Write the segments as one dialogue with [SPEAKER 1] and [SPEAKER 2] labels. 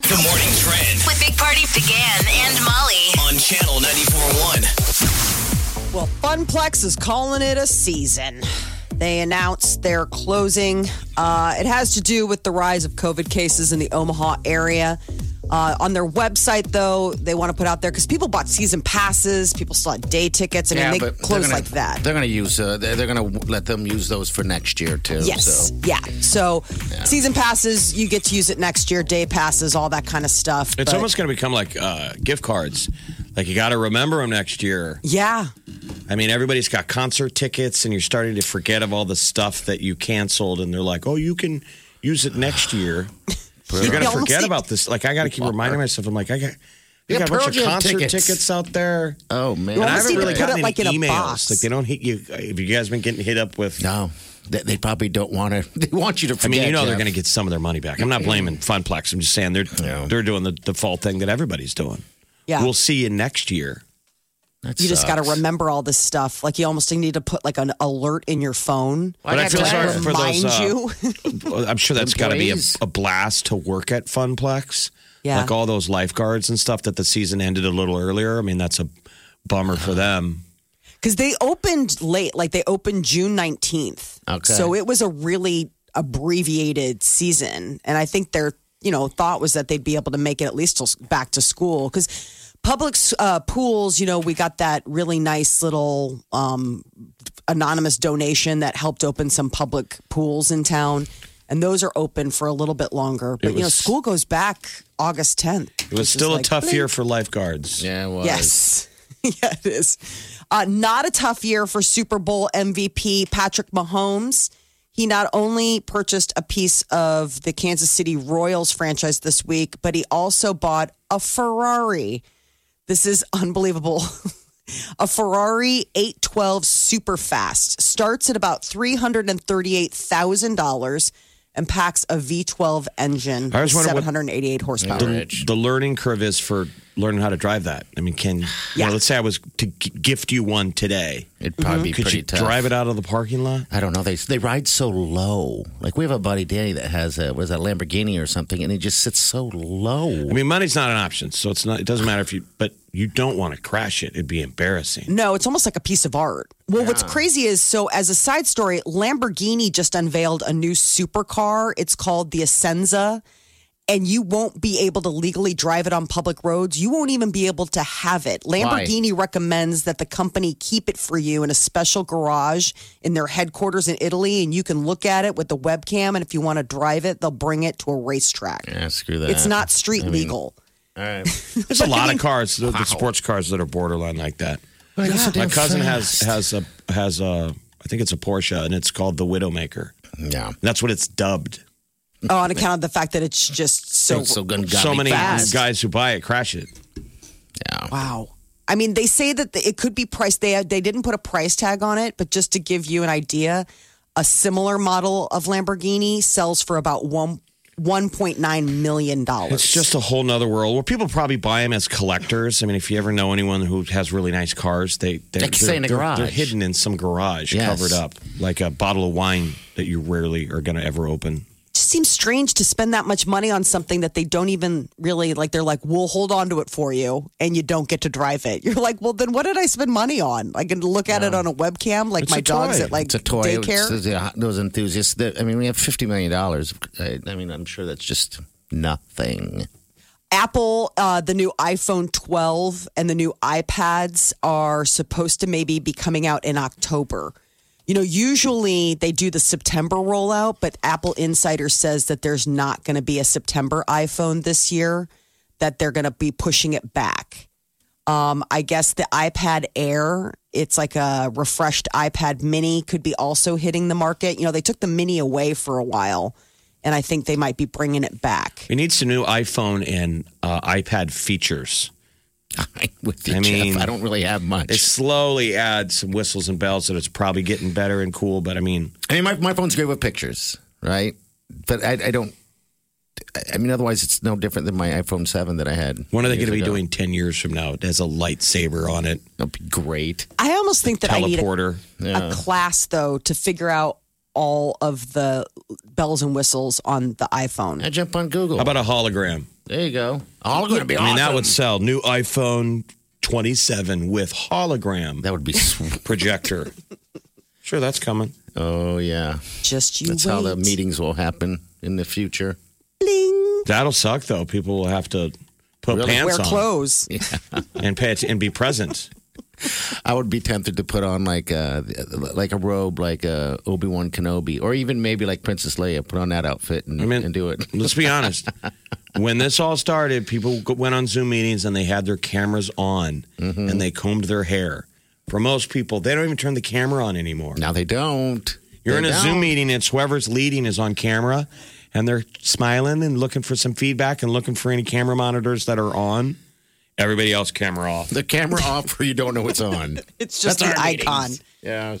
[SPEAKER 1] The morning trend
[SPEAKER 2] with Big Party began and Molly.
[SPEAKER 1] on channel 94.1.
[SPEAKER 3] Well, Funplex is calling it a season. They announced their closing. Uh, it has to do with the rise of COVID cases in the Omaha area. Uh, on their website, though, they want to put out there because people bought season passes, people still had day tickets. I mean, they
[SPEAKER 4] they're
[SPEAKER 3] close
[SPEAKER 4] gonna-
[SPEAKER 3] like that.
[SPEAKER 4] They're going to use. Uh, they're, they're going to let them use those for next year too.
[SPEAKER 3] Yes.
[SPEAKER 4] So.
[SPEAKER 3] Yeah. So season passes, you get to use it next year, day passes, all that kind of stuff.
[SPEAKER 5] It's
[SPEAKER 3] but-
[SPEAKER 5] almost going to become like uh, gift cards. Like you got to remember them next year.
[SPEAKER 3] Yeah.
[SPEAKER 5] I mean, everybody's got concert tickets, and you're starting to forget of all the stuff that you canceled, and they're like, "Oh, you can use it next year." you're going to
[SPEAKER 3] Beyonce-
[SPEAKER 5] forget about this. Like I got to keep reminding myself. I'm like, I got, I
[SPEAKER 4] Yeah,
[SPEAKER 5] got a bunch
[SPEAKER 4] Pearl
[SPEAKER 5] of
[SPEAKER 4] Jam
[SPEAKER 5] concert
[SPEAKER 4] tickets.
[SPEAKER 5] tickets. out there.
[SPEAKER 4] Oh man.
[SPEAKER 3] Well,
[SPEAKER 5] And I
[SPEAKER 3] almost
[SPEAKER 5] haven't
[SPEAKER 3] need to
[SPEAKER 5] really
[SPEAKER 3] put
[SPEAKER 5] gotten
[SPEAKER 3] it,
[SPEAKER 5] any
[SPEAKER 3] like, in a
[SPEAKER 5] emails.
[SPEAKER 3] box.
[SPEAKER 5] Like they don't hit you. Have you guys been getting hit up with?
[SPEAKER 4] no, they, they probably don't want to. They want you to
[SPEAKER 5] I
[SPEAKER 4] forget.
[SPEAKER 5] mean, you know they're
[SPEAKER 4] Jeff.
[SPEAKER 5] going to get some of their money back. I'm not blaming Funplex. I'm just saying they're
[SPEAKER 4] Yeah.
[SPEAKER 5] they're doing the default thing that everybody's doing.
[SPEAKER 3] Yeah.
[SPEAKER 5] We'll see you next year.
[SPEAKER 4] That
[SPEAKER 3] you just got to
[SPEAKER 4] sucks.
[SPEAKER 3] remember all this stuff. Like you almost need to put like an alert in your phone.
[SPEAKER 4] Why'd
[SPEAKER 5] But I
[SPEAKER 4] have
[SPEAKER 5] feel
[SPEAKER 4] to
[SPEAKER 3] to
[SPEAKER 5] sorry
[SPEAKER 4] add
[SPEAKER 5] for
[SPEAKER 4] that?
[SPEAKER 3] remind
[SPEAKER 5] those, uh,
[SPEAKER 3] you.
[SPEAKER 5] Well, I'm sure that's got to be a,
[SPEAKER 4] Employees.
[SPEAKER 5] a blast to work at Funplex.
[SPEAKER 3] Yeah.
[SPEAKER 5] Like all those lifeguards and stuff that the season ended a little earlier. I mean, that's a bummer for them.
[SPEAKER 3] Because they opened late, like they opened June 19th.
[SPEAKER 4] Okay.
[SPEAKER 3] So it was a really abbreviated season. And I think their, you know, thought was that they'd be able to make it at least till s- back to school. Because public s- uh, pools, you know, we got that really nice little um, anonymous donation that helped open some public pools in town. And those are open for a little bit longer. But, you know,
[SPEAKER 5] was-
[SPEAKER 3] school goes back August 10th.
[SPEAKER 5] It was still a tough year for lifeguards.
[SPEAKER 4] Yeah. Well,
[SPEAKER 3] Yes. yeah, it is. Uh, not a tough year for Super Bowl MVP Patrick Mahomes. He not only purchased a piece of the Kansas City Royals franchise this week, but he also bought a Ferrari. This is unbelievable. a Ferrari 812 Superfast starts at about $338,000 and packs a V12 engine,
[SPEAKER 5] I was wondering what-
[SPEAKER 3] 788 horsepower.
[SPEAKER 5] The, the learning curve is for learning how to drive that. I mean, can you
[SPEAKER 3] Yeah.
[SPEAKER 5] know, let's say I was to g- gift you one today.
[SPEAKER 4] It'd probably be
[SPEAKER 5] Could
[SPEAKER 4] pretty
[SPEAKER 5] you
[SPEAKER 4] tough.
[SPEAKER 5] drive it out of the parking lot?
[SPEAKER 4] I don't know. They they ride so low. Like we have a buddy Danny that has a was that Lamborghini or something, and he just sits so low.
[SPEAKER 5] I mean, money's not an option, so it's not. It doesn't matter if you, but you don't want to crash it. It'd be embarrassing.
[SPEAKER 3] No, it's almost like a piece of art. Well, what's crazy is so, as a side story, Lamborghini just unveiled a new supercar. It's called the Ascenza, and you won't be able to legally drive it on public roads. You won't even be able to have it. Lamborghini recommends that the company keep it for you in a special garage in their headquarters in Italy, and you can look at it with the webcam. And if you want to drive it, they'll bring it to a racetrack.
[SPEAKER 4] yeah, screw that.
[SPEAKER 3] It's not street legal.
[SPEAKER 4] All right.
[SPEAKER 5] There's a lot of cars, the, the sports cars that are borderline like that.
[SPEAKER 4] Well, I guess they're
[SPEAKER 5] My cousin has
[SPEAKER 4] fast.
[SPEAKER 5] has a has a I think it's a Porsche and it's called the Widowmaker.
[SPEAKER 4] yeah.
[SPEAKER 5] And that's what it's dubbed.
[SPEAKER 3] Oh, on account of the fact that it's just so
[SPEAKER 4] It's so good.
[SPEAKER 5] so many
[SPEAKER 3] fast.
[SPEAKER 5] guys who buy it crash it.
[SPEAKER 4] Yeah.
[SPEAKER 3] Wow. I mean, they say that it could be priced. They uh, they didn't put a price tag on it, but just to give you an idea, a similar model of Lamborghini sells for about one one point nine million dollars.
[SPEAKER 5] It's just a whole nother world where people probably buy them as collectors. I mean, if you ever know anyone who has really nice cars, they they're,
[SPEAKER 4] Like, say in a
[SPEAKER 5] they're-
[SPEAKER 4] garage.
[SPEAKER 5] they're hidden in some garage,
[SPEAKER 4] Yes.
[SPEAKER 5] covered up like a bottle of wine that you rarely are going to ever open.
[SPEAKER 3] just seems strange to spend that much money on something that they don't even really like. They're like, we'll hold on to it for you, and you don't get to drive it. You're like, well, then what did I spend money on? I can look at it on a webcam, like
[SPEAKER 5] It's
[SPEAKER 3] my
[SPEAKER 5] a
[SPEAKER 3] dog's
[SPEAKER 5] toy.
[SPEAKER 3] at like
[SPEAKER 4] It's a toy.
[SPEAKER 3] daycare.
[SPEAKER 4] It's- it's- those enthusiasts. that- I mean, we have fifty million dollars. I, I mean, I'm sure that's just nothing.
[SPEAKER 3] Apple, uh, the new iPhone 12 and the new iPads are supposed to maybe be coming out in October. You know, usually they do the September rollout, but Apple Insider says that there's not going to be a September iPhone this year, that they're going to be pushing it back. Um, I guess the iPad Air, it's like a refreshed iPad mini, could be also hitting the market. You know, they took the mini away for a while and I think they might be bringing it back.
[SPEAKER 5] It needs some new iPhone and uh, iPad features.
[SPEAKER 4] I'm with you,
[SPEAKER 5] I mean-
[SPEAKER 4] Jeff. I don't really have much.
[SPEAKER 5] They slowly add some whistles and bells that it's probably getting better and cool, but I mean,
[SPEAKER 4] I mean, my, my phone's great with pictures, right? But I, I don't. I- I mean, otherwise, it's no different than my iPhone 7 that I had.
[SPEAKER 5] when are they
[SPEAKER 4] years
[SPEAKER 5] going to be
[SPEAKER 4] ago.
[SPEAKER 5] doing 10 years from now? It has a lightsaber on it,
[SPEAKER 4] It'll be great.
[SPEAKER 3] I almost think that I need a,
[SPEAKER 5] teleporter.
[SPEAKER 4] Yeah.
[SPEAKER 3] a class though to figure out all of the bells and whistles on the iPhone.
[SPEAKER 4] I jump on Google.
[SPEAKER 5] How about a hologram?
[SPEAKER 4] there you go. All going to be
[SPEAKER 5] Oh. I mean, that
[SPEAKER 4] awesome.
[SPEAKER 5] would sell. New iPhone 27 with hologram
[SPEAKER 4] That would be. sweet.
[SPEAKER 5] projector. sure, that's coming.
[SPEAKER 4] oh yeah,
[SPEAKER 3] Just you
[SPEAKER 4] that's
[SPEAKER 3] wait.
[SPEAKER 4] how the meetings will happen in the future.
[SPEAKER 3] Bling.
[SPEAKER 5] That'll suck though. People will have to put
[SPEAKER 4] Really?
[SPEAKER 5] pants
[SPEAKER 3] Wear
[SPEAKER 5] on
[SPEAKER 3] clothes.
[SPEAKER 5] and pay atten- and be present.
[SPEAKER 4] I would be tempted to put on like a like a robe, like uh, Obi Wan Kenobi, or even maybe like Princess Leia. Put on that outfit and,
[SPEAKER 5] I mean-
[SPEAKER 4] and do it.
[SPEAKER 5] Let's be honest. When this all started, people go- went on Zoom meetings and they had their cameras on
[SPEAKER 4] Mm-hmm.
[SPEAKER 5] and they combed their hair. For most people, they don't even turn the camera on anymore.
[SPEAKER 4] Now they don't.
[SPEAKER 5] You're in
[SPEAKER 4] They
[SPEAKER 5] a
[SPEAKER 4] don't.
[SPEAKER 5] Zoom meeting, it's whoever's leading is on camera and they're smiling and looking for some feedback and looking for any camera monitors that are on. Everybody else, camera off.
[SPEAKER 4] The camera off, or you don't know what's on.
[SPEAKER 3] It's just
[SPEAKER 4] That's
[SPEAKER 3] an
[SPEAKER 4] our
[SPEAKER 3] icon.
[SPEAKER 4] meetings. Yeah.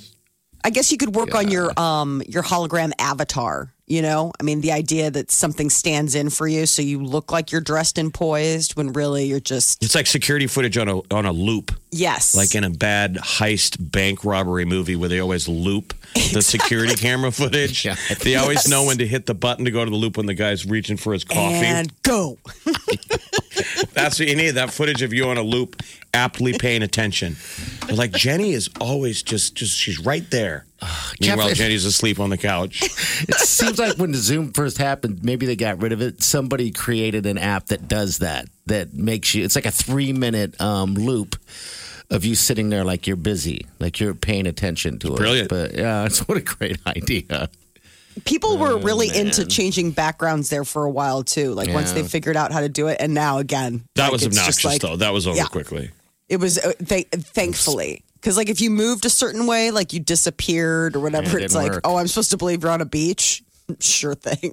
[SPEAKER 3] I guess you could work on your um your hologram avatar. You know, I mean, the idea that something stands in for you, so you look like you're dressed and poised when really you're just
[SPEAKER 5] It's like security footage on a, on a loop.
[SPEAKER 3] yes,
[SPEAKER 5] like in a bad heist bank robbery movie where they always loop the security camera footage.
[SPEAKER 4] Yeah.
[SPEAKER 5] They always know when to hit the button to go to the loop when the guy's reaching for his coffee.
[SPEAKER 3] and go.
[SPEAKER 5] That's what you need that footage of you on a loop, aptly paying attention. But like Jenny is always just just she's right there. Meanwhile,
[SPEAKER 4] Jeff-
[SPEAKER 5] Jenny's asleep on the couch.
[SPEAKER 4] It seems like when Zoom first happened, maybe they got rid of it. Somebody created an app that does that, that makes you, it's like a three minute um, loop of you sitting there like you're busy, like you're paying attention to it.
[SPEAKER 5] Brilliant.
[SPEAKER 4] But yeah, it's what a great idea.
[SPEAKER 3] People
[SPEAKER 4] Oh,
[SPEAKER 3] were really into changing backgrounds there for a while too. Like once they
[SPEAKER 4] Yeah.
[SPEAKER 3] figured out how to do it, and now again,
[SPEAKER 5] That
[SPEAKER 3] like,
[SPEAKER 5] was
[SPEAKER 3] it's just
[SPEAKER 5] obnoxious
[SPEAKER 3] like-
[SPEAKER 5] though. That was over
[SPEAKER 3] Yeah.
[SPEAKER 5] quickly.
[SPEAKER 3] It was uh, th- thankfully because like if you moved a certain way, like you disappeared or whatever,
[SPEAKER 4] Yeah, it
[SPEAKER 3] it's
[SPEAKER 4] didn't
[SPEAKER 3] like
[SPEAKER 4] work.
[SPEAKER 3] oh, I'm supposed to believe you're on a beach. Sure thing.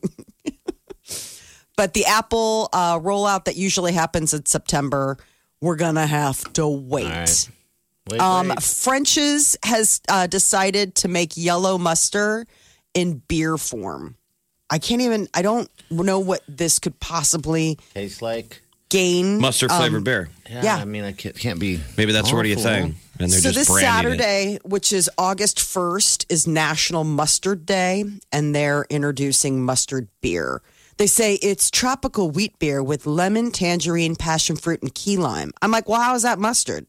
[SPEAKER 3] but the Apple uh, rollout that usually happens in September, we're gonna have to wait.
[SPEAKER 4] right. Wait,
[SPEAKER 3] Um,
[SPEAKER 4] wait.
[SPEAKER 3] French's has uh, decided to make yellow mustard in beer form. I can't even. I don't know what this could possibly
[SPEAKER 4] Tastes like.
[SPEAKER 3] gain.
[SPEAKER 5] Mustard flavored
[SPEAKER 3] Um,
[SPEAKER 5] beer.
[SPEAKER 4] Yeah,
[SPEAKER 3] Yeah.
[SPEAKER 4] I mean, I can't, can't be.
[SPEAKER 5] Maybe that's already a
[SPEAKER 4] awful.
[SPEAKER 5] thing. And they're
[SPEAKER 3] so
[SPEAKER 5] just
[SPEAKER 3] this
[SPEAKER 5] branding it.
[SPEAKER 3] Saturday, which is August 1st, is National Mustard Day, and they're introducing mustard beer. They say it's tropical wheat beer with lemon, tangerine, passion fruit, and key lime. I'm like, well, how is that mustard?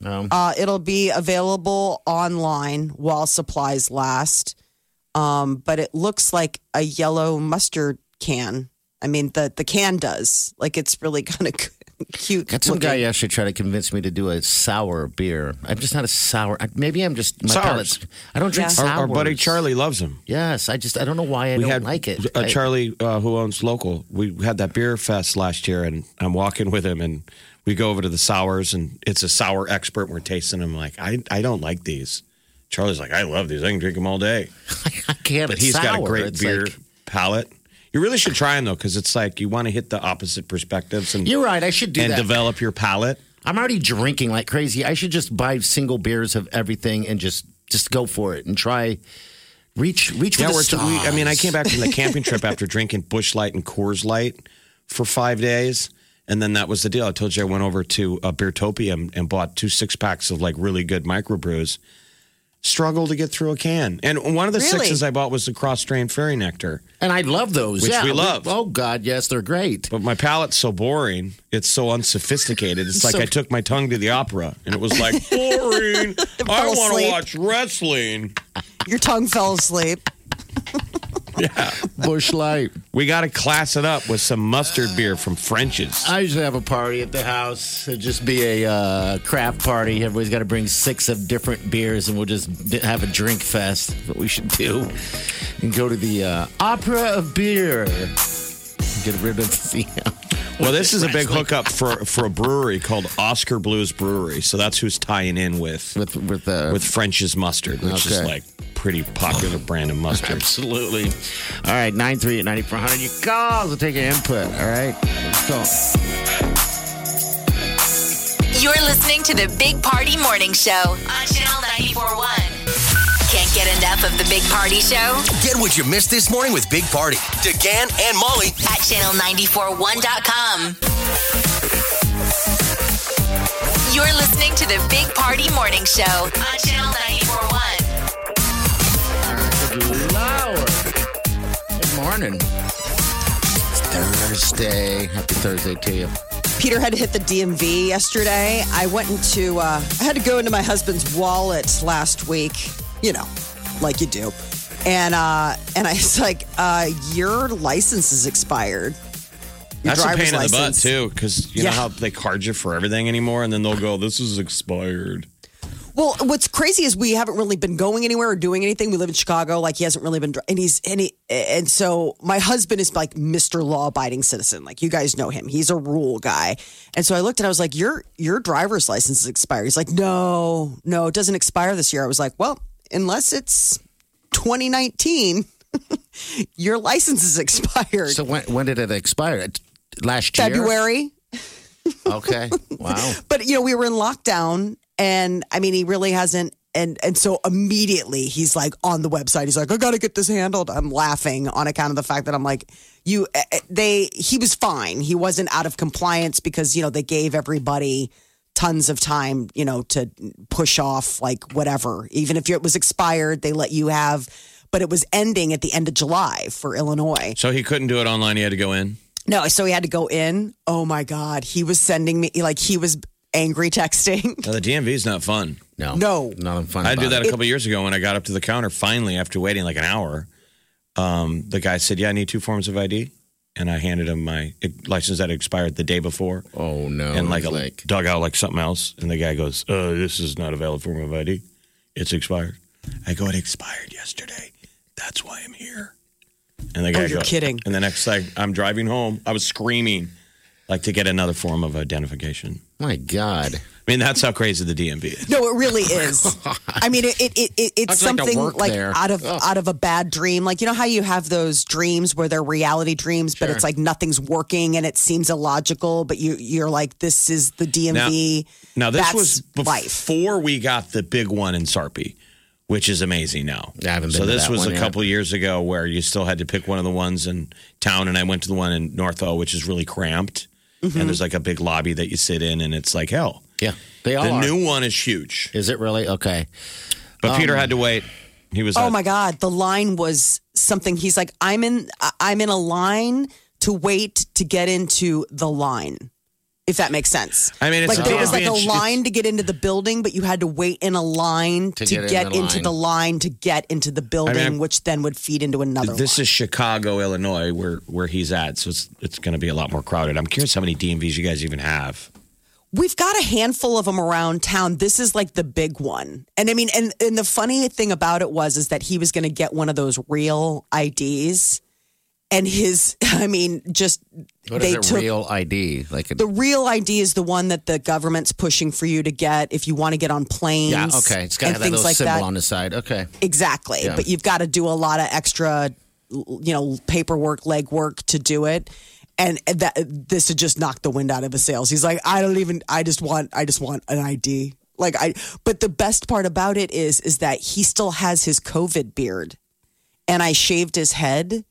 [SPEAKER 4] No.
[SPEAKER 3] Uh, it'll be available online while supplies last. Um, but it looks like a yellow mustard can. I mean, the, the can does. Like, it's really kind of cute.
[SPEAKER 4] Got some
[SPEAKER 3] looking.
[SPEAKER 4] guy yesterday try to convince me to do a sour beer. I'm just not a sour. I- Maybe I'm just my
[SPEAKER 5] Sours.
[SPEAKER 4] palate's- I don't drink
[SPEAKER 5] Our,
[SPEAKER 4] sour.
[SPEAKER 5] our buddy Charlie loves them.
[SPEAKER 4] Yes, I just I don't know why I
[SPEAKER 5] we
[SPEAKER 4] don't
[SPEAKER 5] had
[SPEAKER 4] like it.
[SPEAKER 5] Uh,
[SPEAKER 4] I-
[SPEAKER 5] Charlie, uh, who owns local, we had that beer fest last year, and I'm walking with him, and we go over to the sours, and it's a sour expert. And we're tasting them. Like I, I don't like these. Charlie's like, I love these. I can drink them all day.
[SPEAKER 4] I can't.
[SPEAKER 5] But
[SPEAKER 4] It's
[SPEAKER 5] he's got a
[SPEAKER 4] sour.
[SPEAKER 5] great
[SPEAKER 4] It's
[SPEAKER 5] beer
[SPEAKER 4] like-
[SPEAKER 5] palate. You really should try them though, because it's like you want to hit the opposite perspectives and
[SPEAKER 4] you're right. I should do
[SPEAKER 5] and
[SPEAKER 4] that.
[SPEAKER 5] develop your palate.
[SPEAKER 4] I'm already drinking like crazy. I should just buy single beers of everything and just just go for it and try. Reach reach
[SPEAKER 5] Yeah,
[SPEAKER 4] for
[SPEAKER 5] we're
[SPEAKER 4] the
[SPEAKER 5] to, we, I mean, I came
[SPEAKER 4] stars.
[SPEAKER 5] back from the camping trip after drinking Bush Light and Coors Light for five days. And then that was the deal. I told you I went over to uh, Beertopia and, and bought two six packs of like really good microbrews. Struggled to get through a can. And one of the
[SPEAKER 3] Really?
[SPEAKER 5] sixes I bought was the Cross Strain Fairy Nectar.
[SPEAKER 4] and I love those.
[SPEAKER 5] Which
[SPEAKER 4] yeah,
[SPEAKER 5] we love.
[SPEAKER 4] Oh God, yes, they're great.
[SPEAKER 5] But my palate's so boring. It's so unsophisticated. It's like
[SPEAKER 4] So-
[SPEAKER 5] I took my tongue to the opera and it was like, boring. I
[SPEAKER 3] Fell
[SPEAKER 5] want to
[SPEAKER 3] asleep.
[SPEAKER 5] watch wrestling.
[SPEAKER 3] Your tongue fell asleep.
[SPEAKER 4] Bush Light.
[SPEAKER 5] We got to class it up with some mustard beer from French's.
[SPEAKER 4] I usually have a party at the house. It'd just be a uh, craft party. Everybody's got to bring six of different beers, and we'll just d- have a drink fest. What we should do, and go to the uh, opera of beer. Get rid of the.
[SPEAKER 5] Well, this is a big
[SPEAKER 4] Wrestling.
[SPEAKER 5] hookup for for a brewery called Oscar Blues Brewery. So that's who's tying in with
[SPEAKER 4] with with uh,
[SPEAKER 5] with French's mustard, which is
[SPEAKER 4] Okay.
[SPEAKER 5] like pretty popular brand of mustard.
[SPEAKER 4] Absolutely. All right, 938 9400. Your calls. We'll take your input. All right. So,
[SPEAKER 2] You're listening to the Big Party Morning Show on Channel 941. Can't get enough of the Big Party Show
[SPEAKER 1] Get what you missed this morning with Big Party, DeGan and Molly
[SPEAKER 2] at channel941.com. You're listening to the Big Party Morning Show on Channel 941.
[SPEAKER 4] good Lord. Good morning. It's Thursday. Happy Thursday to you.
[SPEAKER 3] Peter had to hit the DMV yesterday. I went into, uh, I had to go into my husband's wallet last week, you know, like you do. And uh, and I was like, uh, your license is expired. Your
[SPEAKER 5] That's a
[SPEAKER 3] driver's
[SPEAKER 5] pain in the butt
[SPEAKER 3] license.
[SPEAKER 5] too, because you know
[SPEAKER 3] Yeah.
[SPEAKER 5] how they card you for everything anymore, and then they'll go, "This is expired."
[SPEAKER 3] Well, what's crazy is we haven't really been going anywhere or doing anything. We live in Chicago. Like he hasn't really been, and he's and he, and so my husband is like Mr. Law Abiding Citizen. Like you guys know him. He's a rule guy. And so I looked and I was like, your your driver's license is expired. He's like, no, no, it doesn't expire this year. I was like, well, unless it's 2019, your license is expired.
[SPEAKER 4] So, when, when did it expire? It- Last year?
[SPEAKER 3] February.
[SPEAKER 4] Okay. Wow.
[SPEAKER 3] but you know we were in lockdown and i mean he really hasn't and and so immediately he's like on the website he's like i gotta get this handled i'm laughing on account of the fact that i'm like you eh, eh, they he was fine he wasn't out of compliance because you know they gave everybody tons of time you know to push off like whatever even if it was expired they let you have but it was ending at the end of july for illinois
[SPEAKER 5] So he couldn't do it online; he had to go in.
[SPEAKER 3] no, so he had to go in. Oh my God. He was sending me, like, he was angry texting.
[SPEAKER 5] Now, the DMV is not fun.
[SPEAKER 4] No.
[SPEAKER 3] No.
[SPEAKER 4] Nothing fun.
[SPEAKER 5] I did
[SPEAKER 4] about
[SPEAKER 5] that
[SPEAKER 4] it.
[SPEAKER 5] a couple years ago when I got up to the counter. Finally, after waiting like an hour, um, the guy said, "Yeah, I need two forms of ID," and I handed him my license that expired the day before,
[SPEAKER 4] Oh, no.
[SPEAKER 5] and like,
[SPEAKER 4] It
[SPEAKER 5] a,
[SPEAKER 4] was
[SPEAKER 5] dug out like something else. And the guy goes, uh, "This is not a valid form of ID. It's expired." I go, "It expired yesterday. That's why I'm here." And the guy
[SPEAKER 3] you're
[SPEAKER 5] goes,
[SPEAKER 3] kidding.
[SPEAKER 5] And the next thing, I'm driving home. I was screaming, like to get another form of identification.
[SPEAKER 4] my God.
[SPEAKER 5] I mean, that's how crazy the DMV is.
[SPEAKER 3] No, it really is. I mean, it, it, it, it- it's
[SPEAKER 4] Oh I'd like to
[SPEAKER 3] something
[SPEAKER 4] work
[SPEAKER 3] like,
[SPEAKER 4] there.
[SPEAKER 3] out of out of a bad dream. Like you know how you have those dreams where they're reality dreams, but it's like nothing's working and it seems illogical. But you you're like, this is the DMV.
[SPEAKER 5] Now this
[SPEAKER 3] That's
[SPEAKER 5] was
[SPEAKER 3] life.
[SPEAKER 5] before we got the big one in Sarpy, which is amazing now.
[SPEAKER 4] Yeah, I haven't
[SPEAKER 5] so
[SPEAKER 4] been to
[SPEAKER 5] this
[SPEAKER 4] that
[SPEAKER 5] was
[SPEAKER 4] one
[SPEAKER 5] a
[SPEAKER 4] yet.
[SPEAKER 5] couple years ago where you still had to pick one of the ones in town, and I went to the one in North O, which is really cramped,
[SPEAKER 3] Mm-hmm.
[SPEAKER 5] and there's like a big lobby that you sit in, and it's like hell.
[SPEAKER 4] Yeah. They all
[SPEAKER 5] the
[SPEAKER 4] are.
[SPEAKER 5] new one is huge,
[SPEAKER 4] Is it really? Okay.
[SPEAKER 5] but Peter had to wait. He was
[SPEAKER 3] Um, Oh
[SPEAKER 5] at-
[SPEAKER 3] my God, the line was something. He's like, I'm in I- I'm in a line to wait to get into the line. If that makes sense.
[SPEAKER 5] I mean, it's
[SPEAKER 3] like there was like a
[SPEAKER 5] it's-
[SPEAKER 3] line to get into the building, but you had to wait in a line to,
[SPEAKER 4] get in
[SPEAKER 3] get,
[SPEAKER 4] the
[SPEAKER 3] into
[SPEAKER 4] line.
[SPEAKER 3] the line to get into the building,
[SPEAKER 5] I mean,
[SPEAKER 3] which then would feed into another.
[SPEAKER 5] This is Chicago, Illinois, where where he's at, so it's it's going to be a lot more crowded. I'm curious how many DMVs you guys even have.
[SPEAKER 3] We've got a handful of them around town. This is like the big one. And I mean, and, and the funny thing about it was is that he was going to get one of those real IDs. And his, I mean, just
[SPEAKER 4] What is
[SPEAKER 3] they
[SPEAKER 4] a
[SPEAKER 3] took
[SPEAKER 4] real ID? Like a,
[SPEAKER 3] the real ID is the one that the government's pushing for you to get if you want to get on planes.
[SPEAKER 4] yeah, okay. It's got
[SPEAKER 3] and
[SPEAKER 4] to have that
[SPEAKER 3] things
[SPEAKER 4] little
[SPEAKER 3] like
[SPEAKER 4] symbol
[SPEAKER 3] that.
[SPEAKER 4] on the side. Okay.
[SPEAKER 3] Exactly.
[SPEAKER 4] Yeah.
[SPEAKER 3] But you've got to do a lot of extra, you know, paperwork, legwork to do it. And that this had just knocked the wind out of his sails. He's like, I don't even. I just want. I just want an ID. Like I. But the best part about it is, is that he still has his COVID beard, and I shaved his head.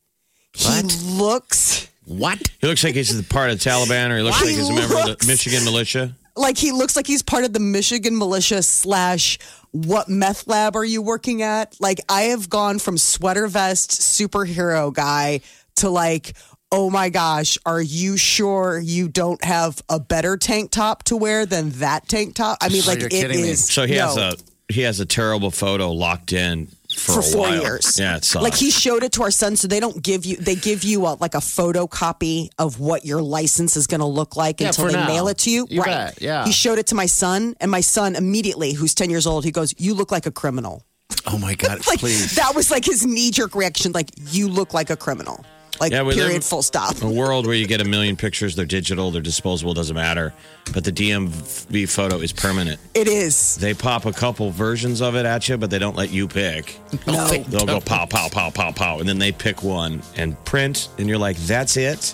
[SPEAKER 4] What?
[SPEAKER 3] He looks
[SPEAKER 4] What?
[SPEAKER 5] He looks like he's a part of the Taliban, or he looks
[SPEAKER 3] Why
[SPEAKER 5] like he's a member of
[SPEAKER 3] looks?
[SPEAKER 5] the Michigan militia.
[SPEAKER 3] like he looks like he's part of the Michigan militia slash what meth lab are you working at? Like I have gone from sweater vest superhero guy to like, oh my gosh, are you sure you don't have a better tank top to wear than that tank top? I mean,
[SPEAKER 4] So
[SPEAKER 3] like
[SPEAKER 4] you're
[SPEAKER 3] it
[SPEAKER 4] kidding me.
[SPEAKER 3] is-
[SPEAKER 5] So he has
[SPEAKER 3] no.
[SPEAKER 5] a he has a terrible photo locked in for,
[SPEAKER 3] for
[SPEAKER 5] a
[SPEAKER 3] four
[SPEAKER 5] while.
[SPEAKER 3] years.
[SPEAKER 5] Yeah, it's uh,
[SPEAKER 3] like he showed it to our son, so they don't give you. They give you a, like a photocopy of what your license is going to look like
[SPEAKER 4] Yeah,
[SPEAKER 3] until
[SPEAKER 4] for
[SPEAKER 3] they
[SPEAKER 4] now.
[SPEAKER 3] mail it to you.
[SPEAKER 4] You
[SPEAKER 3] right?
[SPEAKER 4] bet, yeah.
[SPEAKER 3] He showed it to my son, and my son immediately, who's ten years old, he goes, "You look like a criminal."
[SPEAKER 4] Oh my God!
[SPEAKER 3] Like
[SPEAKER 4] please.
[SPEAKER 3] that was like his knee jerk reaction. Like you look like a criminal. Like
[SPEAKER 5] Yeah, Oh. we
[SPEAKER 3] period,
[SPEAKER 5] live-
[SPEAKER 3] full stop.
[SPEAKER 5] A world where you get a million pictures, they're digital, they're disposable, doesn't matter. But the DMV photo is permanent.
[SPEAKER 3] It is.
[SPEAKER 5] They pop a couple versions of it at you, but they don't let you pick.
[SPEAKER 3] No.
[SPEAKER 5] They'll go pow, pow, pow, pow, pow. And then they pick one and print, and you're like, that's it.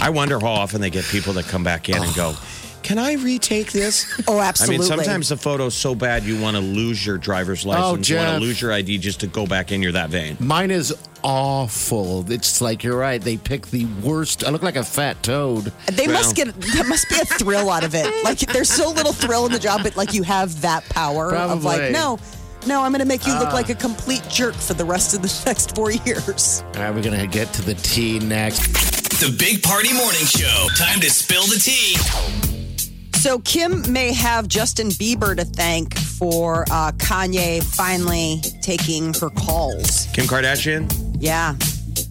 [SPEAKER 5] I wonder how often they get people that come back in and go, can I retake this?
[SPEAKER 3] Oh,
[SPEAKER 5] I mean,
[SPEAKER 3] absolutely.
[SPEAKER 5] sometimes the photo's so bad you want to lose your driver's license. you want
[SPEAKER 4] Oh,
[SPEAKER 5] to
[SPEAKER 4] Jeff.
[SPEAKER 5] lose your ID just to go back in. You're that vain.
[SPEAKER 4] Mine is awful. It's like you're right. They pick the worst. I look like a fat toad.
[SPEAKER 3] They must
[SPEAKER 5] Well.
[SPEAKER 3] get that must be a thrill out of it. Like there's so little thrill in the job, but like you have that power of like,
[SPEAKER 4] Probably.
[SPEAKER 3] no, no, I'm gonna make you look like a complete jerk for the rest of the next four years.
[SPEAKER 4] All right, we're gonna get to the T next.
[SPEAKER 1] The Big Party Morning Show. Time to spill the tea.
[SPEAKER 3] So Kim may have Justin Bieber to thank for uh, Kanye finally taking her calls.
[SPEAKER 5] Kim Kardashian?
[SPEAKER 3] Yeah.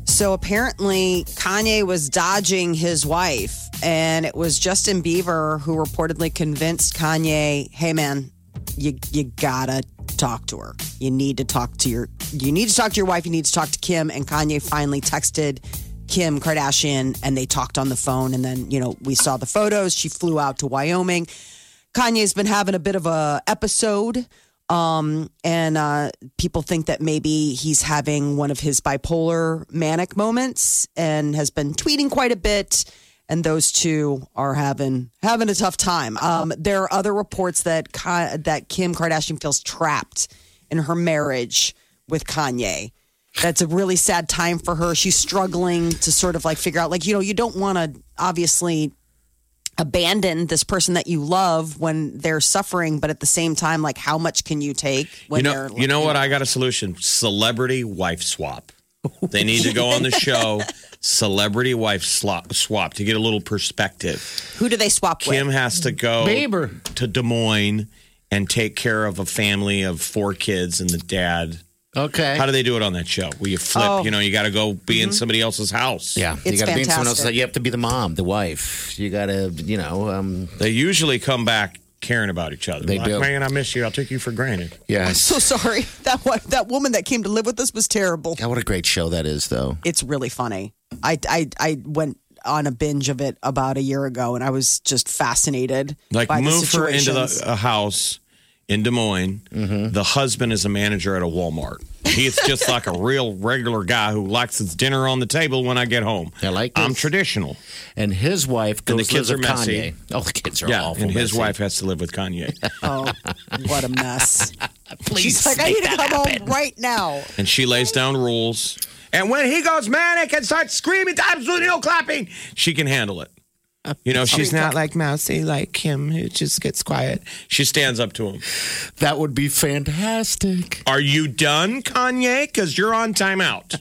[SPEAKER 3] So apparently, Kanye was dodging his wife, and it was Justin Bieber who reportedly convinced Kanye, "Hey, man, you you gotta talk to her. You need to talk to your you need to talk to your wife. You need to talk to Kim." And Kanye finally texted Kim Kardashian, and they talked on the phone. And then you know we saw the photos. She flew out to Wyoming. Kanye's been having a bit of a episode um, and uh, people think that maybe he's having one of his bipolar manic moments and has been tweeting quite a bit. And those two are having having a tough time. Um, there are other reports that Ka- that Kim Kardashian feels trapped in her marriage with Kanye. That's a really sad time for her. She's struggling to sort of like figure out, like you know, you don't want to obviously abandon this person that you love when they're suffering, but at the same time, like how much can you take when
[SPEAKER 5] you know,
[SPEAKER 3] they're
[SPEAKER 5] you know what? I got a solution. Celebrity wife swap. They need to go on the show. Celebrity wife slop, swap to get a little perspective.
[SPEAKER 3] who do they swap
[SPEAKER 5] Kim
[SPEAKER 3] with?
[SPEAKER 5] has to go
[SPEAKER 4] Bieber.
[SPEAKER 5] to Des Moines and take care of a family of four kids and the dad.
[SPEAKER 4] Okay.
[SPEAKER 5] How do they do it on that show? Where you flip, you know, you got to go be in somebody else's house.
[SPEAKER 4] Oh. Mm-hmm. yeah, you
[SPEAKER 3] It's
[SPEAKER 4] gotta be in someone else's.
[SPEAKER 3] fantastic.
[SPEAKER 4] You have to be the mom, the wife. You gotta, you know, um,
[SPEAKER 5] They usually come back caring about each other.
[SPEAKER 4] They
[SPEAKER 5] like,
[SPEAKER 4] do.
[SPEAKER 5] Man, I miss you. I took you for granted.
[SPEAKER 4] yes.
[SPEAKER 3] So sorry that one, that woman that came to live with us was terrible.
[SPEAKER 4] God, what a great show that is, though.
[SPEAKER 3] It's really funny. I I I went on a binge of it about a year ago, and I was just fascinated.
[SPEAKER 5] Like
[SPEAKER 3] by
[SPEAKER 5] move
[SPEAKER 3] the
[SPEAKER 5] her into
[SPEAKER 3] situations.
[SPEAKER 5] the, a house in Des Moines.
[SPEAKER 4] Mm-hmm.
[SPEAKER 5] The husband is a manager at a Walmart. He's just like a real regular guy who likes his dinner on the table when I get home.
[SPEAKER 4] I like
[SPEAKER 5] I'm
[SPEAKER 4] this.
[SPEAKER 5] traditional.
[SPEAKER 4] And his wife goes
[SPEAKER 5] And the kids
[SPEAKER 4] lives
[SPEAKER 5] are
[SPEAKER 4] with
[SPEAKER 5] messy.
[SPEAKER 4] Kanye. Oh, the kids are
[SPEAKER 5] yeah,
[SPEAKER 4] awful.
[SPEAKER 5] and his
[SPEAKER 4] messy.
[SPEAKER 5] wife has to live with Kanye,
[SPEAKER 3] Oh, what a mess!
[SPEAKER 4] Please
[SPEAKER 3] She's like, I need to
[SPEAKER 4] make
[SPEAKER 3] come
[SPEAKER 4] that happen.
[SPEAKER 3] home right now.
[SPEAKER 5] and she lays down rules. And when he goes manic and starts screaming, absolutely no clapping, she can handle it.
[SPEAKER 4] Uh,
[SPEAKER 5] You know, she's not like mousy like Kim, who just gets quiet. She stands up to him.
[SPEAKER 4] That would be fantastic.
[SPEAKER 5] Are you done, Kanye? Because you're on timeout.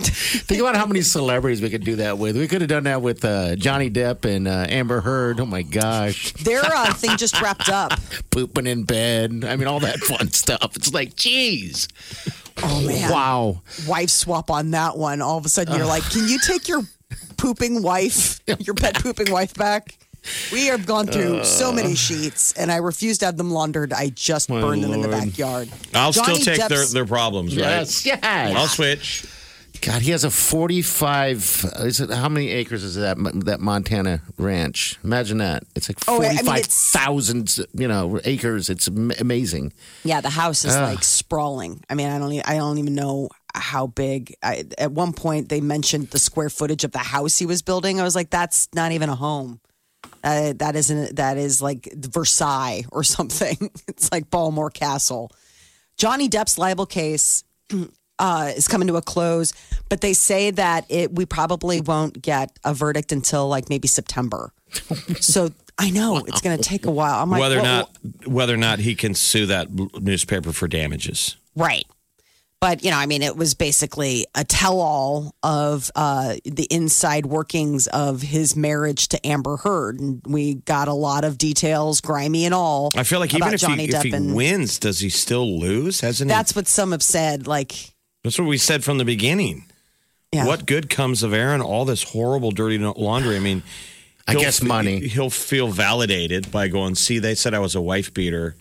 [SPEAKER 4] Think about how many celebrities we could do that with. We could have done that with uh, Johnny Depp and uh, Amber Heard. Oh my gosh,
[SPEAKER 3] Their uh, thing just wrapped up.
[SPEAKER 4] pooping in bed. I mean, all that fun stuff. It's like, geez,
[SPEAKER 3] Oh man.
[SPEAKER 4] wow.
[SPEAKER 3] wife swap on that one, all of a sudden you're like, can you take your pooping wife, your pet pooping wife back? We have gone through so many sheets, and I refuse to have them laundered. I just burned them in the
[SPEAKER 4] Lord.
[SPEAKER 3] backyard.
[SPEAKER 5] I'll
[SPEAKER 3] Johnny
[SPEAKER 5] still take their,
[SPEAKER 3] Depp's-
[SPEAKER 5] their problems,
[SPEAKER 4] Yes,
[SPEAKER 5] right? I'll
[SPEAKER 4] yes.
[SPEAKER 5] switch.
[SPEAKER 4] God, he has a forty-five. Is it how many acres is that that Montana ranch? Imagine that. It's like
[SPEAKER 3] Oh, I mean,
[SPEAKER 4] forty-five
[SPEAKER 3] it's-
[SPEAKER 4] thousand, you know, acres. It's am- amazing.
[SPEAKER 3] Yeah, the house is like sprawling. I mean, I don't, e- I don't even know how big. I, at one point, they mentioned the square footage of the house he was building. I was like, that's not even a home. Uh, that isn't. That is like Versailles or something. It's like Balmore Castle. Johnny Depp's libel case uh, is coming to a close, but they say that it. We probably won't get a verdict until like maybe September. so I know it's going to take a while. I'm like,
[SPEAKER 5] whether or
[SPEAKER 3] what-
[SPEAKER 5] not whether or not he can sue that l- newspaper for damages.
[SPEAKER 3] Right. But, you know, I mean, it was basically a tell all of uh, the inside workings of his marriage to Amber Heard. And we got a lot of details, grimy and all.
[SPEAKER 5] I feel like
[SPEAKER 3] about
[SPEAKER 5] even if
[SPEAKER 3] Johnny
[SPEAKER 5] he, if
[SPEAKER 3] Depp
[SPEAKER 5] he
[SPEAKER 3] and
[SPEAKER 5] wins, does he still lose? Hasn't
[SPEAKER 3] that's
[SPEAKER 5] he?
[SPEAKER 3] what some have said. Like,
[SPEAKER 5] That's what we said from the beginning.
[SPEAKER 3] yeah.
[SPEAKER 5] What good comes of Aaron? All this horrible, dirty no- laundry. I mean,
[SPEAKER 4] I
[SPEAKER 5] he'll
[SPEAKER 4] guess
[SPEAKER 5] f-
[SPEAKER 4] money.
[SPEAKER 5] He'll feel validated by going, "See, they said I was a wife beater,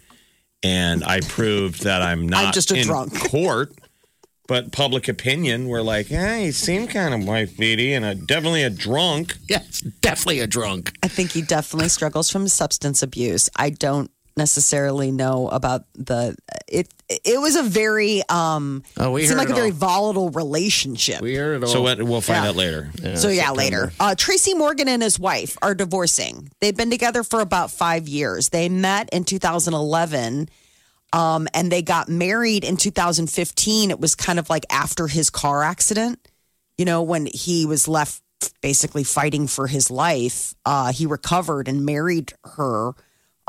[SPEAKER 5] and I proved that I'm not
[SPEAKER 3] just a
[SPEAKER 5] in
[SPEAKER 3] drunk."
[SPEAKER 5] court." But public opinion, we're like, yeah, he seemed kind of wife beaty and a, definitely a drunk.
[SPEAKER 4] Yeah, it's definitely a drunk.
[SPEAKER 3] I think he definitely struggles from substance abuse. I don't necessarily know about the it it was a very um
[SPEAKER 4] Oh, we
[SPEAKER 3] it seemed like
[SPEAKER 4] heard
[SPEAKER 3] a very
[SPEAKER 4] it all.
[SPEAKER 3] volatable relationship.
[SPEAKER 4] We heard it all.
[SPEAKER 5] So what, we'll find
[SPEAKER 3] Yeah.
[SPEAKER 5] out later.
[SPEAKER 3] so yeah, later. Uh, Tracy Morgan and his wife are divorcing. They've been together for about five years. They met in 2011, um, and they got married in 2015. It was kind of like after his car accident, you know, when he was left basically fighting for his life. Uh, he recovered and married her.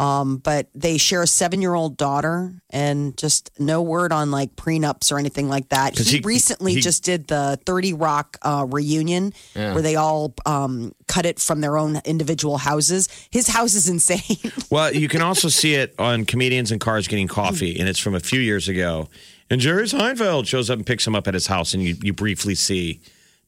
[SPEAKER 3] Um, but they share a seven-year-old daughter, and just no word on like prenups or anything like that. He,
[SPEAKER 5] 'Cause he-
[SPEAKER 3] recently
[SPEAKER 5] he-
[SPEAKER 3] just just did the 30 Rock uh, reunion where they all um, cut it from their own individual houses. His house is insane.
[SPEAKER 5] Well, you can also see it on comedians and cars getting coffee, and it's from a few years ago. And Jerry Seinfeld shows up and picks him up at his house, and you, you briefly see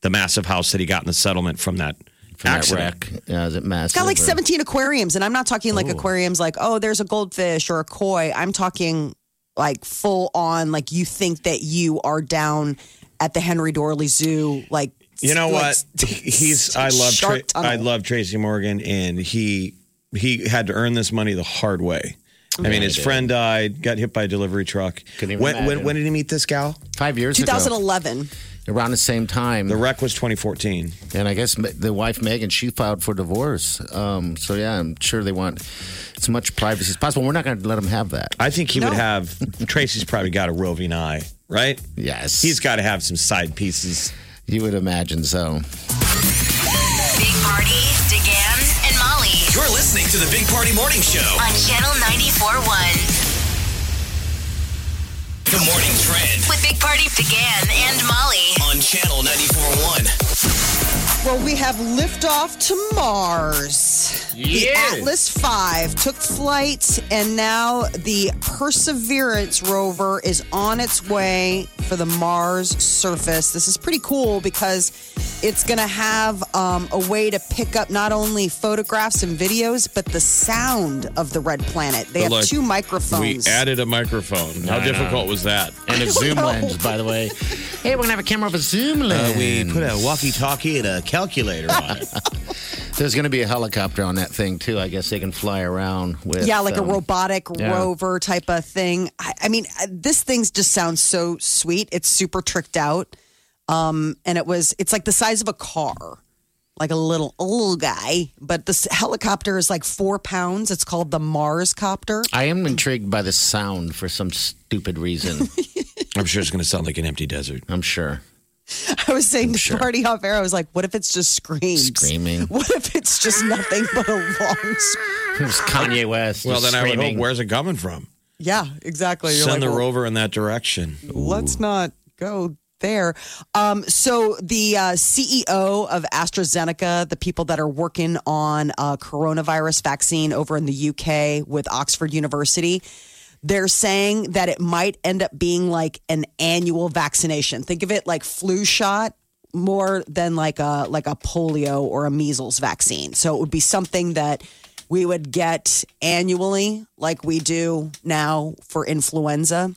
[SPEAKER 5] the massive house that he got in the settlement from that
[SPEAKER 4] From that
[SPEAKER 5] accident.
[SPEAKER 4] wreck. Yeah, is it massive?
[SPEAKER 3] It's got like
[SPEAKER 4] or-
[SPEAKER 3] 17 aquariums, and I'm not talking like aquariums like, oh, there's a goldfish or a koi. I'm talking like full on, like you think that you are down at the Henry Dorley Zoo. Like,
[SPEAKER 5] You know
[SPEAKER 3] like,
[SPEAKER 5] what? He's I love
[SPEAKER 3] shark
[SPEAKER 5] Tra- I
[SPEAKER 3] tunnel.
[SPEAKER 5] love Tracy Morgan, and he he had to earn this money the hard way. I mean, his friend died, got hit by a delivery truck.
[SPEAKER 4] Couldn't even
[SPEAKER 5] When, when,
[SPEAKER 4] imagine.
[SPEAKER 5] when did he meet this gal?
[SPEAKER 4] Five years ago.
[SPEAKER 3] 2011.
[SPEAKER 4] Around the same time.
[SPEAKER 5] The wreck was 2014.
[SPEAKER 4] And I guess Ma- the wife Megan she filed for divorce. Um, so yeah, I'm sure they want as much privacy as possible. We're not going to let them have that.
[SPEAKER 5] I think he would
[SPEAKER 3] No.
[SPEAKER 5] have. Tracy's probably got a roving eye, right?
[SPEAKER 4] Yes,
[SPEAKER 5] He's got to have some side pieces.
[SPEAKER 4] you would imagine so.
[SPEAKER 2] Big Party, DeGan, and Molly
[SPEAKER 1] You're listening to the Big Party Morning Show.
[SPEAKER 2] on Channel 94.1
[SPEAKER 1] The morning trend
[SPEAKER 2] with Big Party, DeGan, and Molly.
[SPEAKER 1] on Channel 94.1.
[SPEAKER 3] Well, we have liftoff to Mars. The Atlas 5 took flight, and now the Perseverance rover is on its way for the Mars surface. This is pretty cool because it's going to have um, a way to pick up not only photographs and videos, but the sound of the red planet. They have
[SPEAKER 5] Look,
[SPEAKER 3] two microphones.
[SPEAKER 5] a microphone. How difficult was that?
[SPEAKER 4] And a zoom lens, by the way. Oh, Uh, Hey, we're gonna have a camera with a zoom lens.
[SPEAKER 5] walkie-talkie and a calculator on it.
[SPEAKER 4] There's gonna be a helicopter on that thing too. I guess they can fly around with.
[SPEAKER 3] Yeah, like a
[SPEAKER 4] um,
[SPEAKER 3] robotic
[SPEAKER 4] yeah.
[SPEAKER 3] rover type of thing. I, I mean, uh, this thing just sounds so sweet. It's super tricked out, um, and it was it's like the size of a car, like a little a little guy. But this helicopter is like four pounds. It's called the Mars copter.
[SPEAKER 4] I am intrigued by the sound for some stupid reason.
[SPEAKER 5] I'm sure it's going to sound like an empty desert.
[SPEAKER 4] I'm sure.
[SPEAKER 3] I was saying to
[SPEAKER 4] Sure.
[SPEAKER 3] Party off air. I was like, what if it's just screams?
[SPEAKER 4] Screaming.
[SPEAKER 3] What if it's just nothing but a long? Scream?
[SPEAKER 4] There's Kanye West.
[SPEAKER 5] Well,
[SPEAKER 4] just
[SPEAKER 5] then I would hope.
[SPEAKER 4] screaming.
[SPEAKER 5] Where's it coming from?
[SPEAKER 3] Yeah, exactly. You're
[SPEAKER 5] Send
[SPEAKER 3] like,
[SPEAKER 5] the
[SPEAKER 3] well,
[SPEAKER 5] rover in that direction.
[SPEAKER 3] let's not go there. Um, so the uh, CEO of AstraZeneca, the people that are working on a coronavirus vaccine over in the UK with Oxford University, they're saying that it might end up being like an annual vaccination. Think of it like flu shot more than like a like a polio or a measles vaccine. So it would be something that we would get annually like we do now for influenza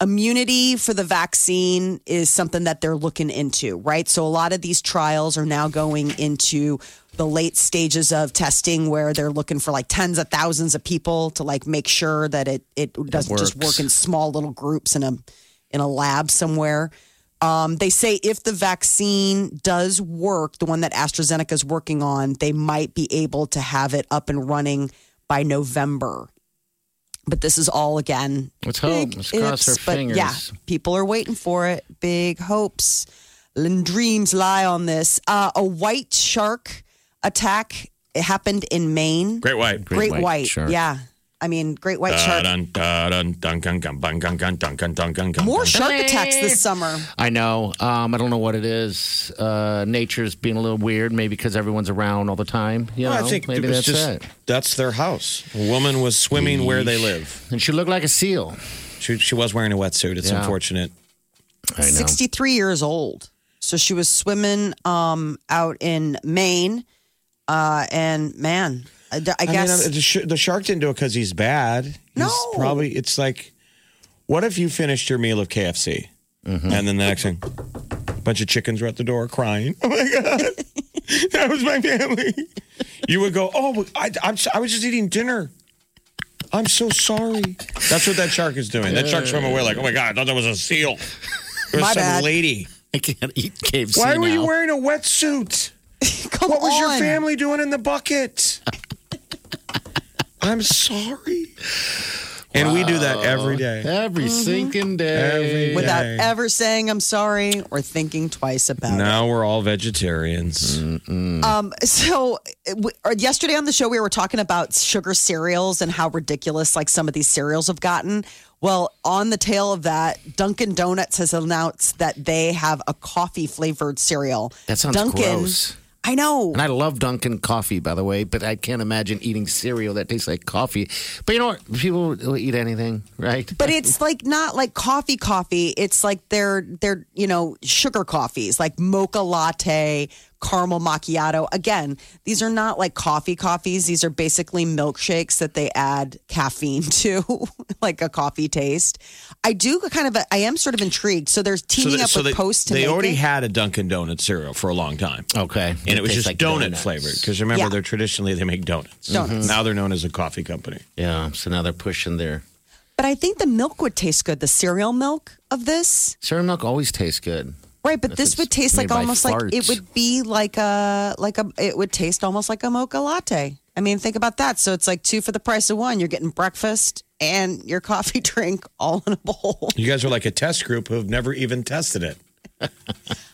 [SPEAKER 3] immunity for the vaccine is something that they're looking into, right? So a lot of these trials are now going into the late stages of testing where they're looking for like tens of thousands of people to like make sure that it it doesn't just
[SPEAKER 4] works.
[SPEAKER 3] work in small little groups in a in a lab somewhere. Um, they say if the vaccine does work, the one that AstraZeneca is working on, they might be able to have it up and running by November. But this is all again
[SPEAKER 4] Let's hope.
[SPEAKER 3] big
[SPEAKER 4] Let's cross our
[SPEAKER 3] ifs, but
[SPEAKER 4] fingers.
[SPEAKER 3] Yeah, people are waiting for it. Big hopes and dreams lie on this. Uh, a white shark attack happened in Maine.
[SPEAKER 5] Great white.
[SPEAKER 4] Great white shark. Uh,
[SPEAKER 3] Yeah. I mean, great white shark.
[SPEAKER 5] Dun, dun, dun, dun, dun, dun, dun, dun, dun, dun, dun, dun, dun, dun.
[SPEAKER 3] More shark attacks this summer.
[SPEAKER 4] I know. Um, I don't know what it is. Uh, nature's being a little weird, maybe because everyone's around all the time. You
[SPEAKER 5] Well,
[SPEAKER 4] know,
[SPEAKER 5] I think
[SPEAKER 4] maybe
[SPEAKER 5] it was
[SPEAKER 4] that's
[SPEAKER 5] just
[SPEAKER 4] it.
[SPEAKER 5] that's their house. A woman was swimming where they live.
[SPEAKER 4] And she looked like a seal.
[SPEAKER 5] She she was wearing a wetsuit. It's
[SPEAKER 4] Yeah.
[SPEAKER 5] unfortunate.
[SPEAKER 4] I know.
[SPEAKER 3] 63 years old. So she was swimming um, out in Maine. Uh, and man, I, I
[SPEAKER 5] I
[SPEAKER 3] guess.
[SPEAKER 5] mean, uh, the, sh- the shark didn't do it because he's bad. He's
[SPEAKER 3] No.
[SPEAKER 5] probably it's like, what if you finished your meal of KFC? And then the next thing, a bunch of chickens were at the door crying. Oh my God, that was my family. You would go, oh, I, I'm, so- I was just eating dinner. I'm so sorry. That's what that shark is doing. That shark swam away like, oh my God, I thought that was a seal. There
[SPEAKER 3] My
[SPEAKER 5] was some
[SPEAKER 3] bad.
[SPEAKER 5] lady.
[SPEAKER 4] I can't eat KFC
[SPEAKER 5] Why were
[SPEAKER 4] now.
[SPEAKER 5] you wearing a wetsuit?
[SPEAKER 3] Come
[SPEAKER 5] What was your
[SPEAKER 3] on.
[SPEAKER 5] family doing in the bucket? I'm sorry. And we do that every day.
[SPEAKER 4] Every
[SPEAKER 3] Mm-hmm.
[SPEAKER 4] sinking day.
[SPEAKER 5] Every-
[SPEAKER 3] Without
[SPEAKER 5] Yay.
[SPEAKER 3] ever saying I'm sorry or thinking twice about it.
[SPEAKER 5] Now we're all vegetarians.
[SPEAKER 4] Mm.
[SPEAKER 3] Um, so w- or yesterday on the show, we were talking about sugar cereals and how ridiculous like some of these cereals have gotten. Well, on the tail of that, Dunkin' Donuts has announced that they have a coffee flavored cereal.
[SPEAKER 4] That sounds
[SPEAKER 3] Dunkin',
[SPEAKER 4] gross.
[SPEAKER 3] I know.
[SPEAKER 4] And I love Dunkin' coffee, by the way, but I can't imagine eating cereal that tastes like coffee. But you know what? People will eat anything, right?
[SPEAKER 3] but it's like not like coffee coffee. It's like their their you know sugar coffees like mocha latte, caramel macchiato. Again, these are not like coffee coffees. These are basically milkshakes that they add caffeine to, like a coffee taste. I do kind of I am sort of intrigued. So they're teaming up with Post to
[SPEAKER 5] they
[SPEAKER 3] make
[SPEAKER 5] already
[SPEAKER 3] it. Oh,
[SPEAKER 5] had a Dunkin' Donut cereal for a long time.
[SPEAKER 4] Okay.
[SPEAKER 5] And it was
[SPEAKER 4] tastes
[SPEAKER 5] just
[SPEAKER 4] like
[SPEAKER 5] donut
[SPEAKER 4] donuts.
[SPEAKER 5] flavored. Because remember,
[SPEAKER 3] Yeah.
[SPEAKER 5] they're traditionally, they make donuts. Mm-hmm.
[SPEAKER 3] Donuts.
[SPEAKER 5] Now they're known as a coffee company.
[SPEAKER 4] Yeah, so now they're pushing their.
[SPEAKER 3] but I think the milk would taste good. The cereal milk of this.
[SPEAKER 4] Cereal milk always tastes good.
[SPEAKER 3] Right, but
[SPEAKER 4] If
[SPEAKER 3] this
[SPEAKER 4] it's
[SPEAKER 3] would taste like
[SPEAKER 4] made by
[SPEAKER 3] almost like it
[SPEAKER 4] farts.
[SPEAKER 3] would be like a like a it would taste almost like a mocha latte. I mean, think about that. So it's like two for the price of one. You're getting breakfast and your coffee drink all in a bowl.
[SPEAKER 5] You guys are like a test group who've never even tested it.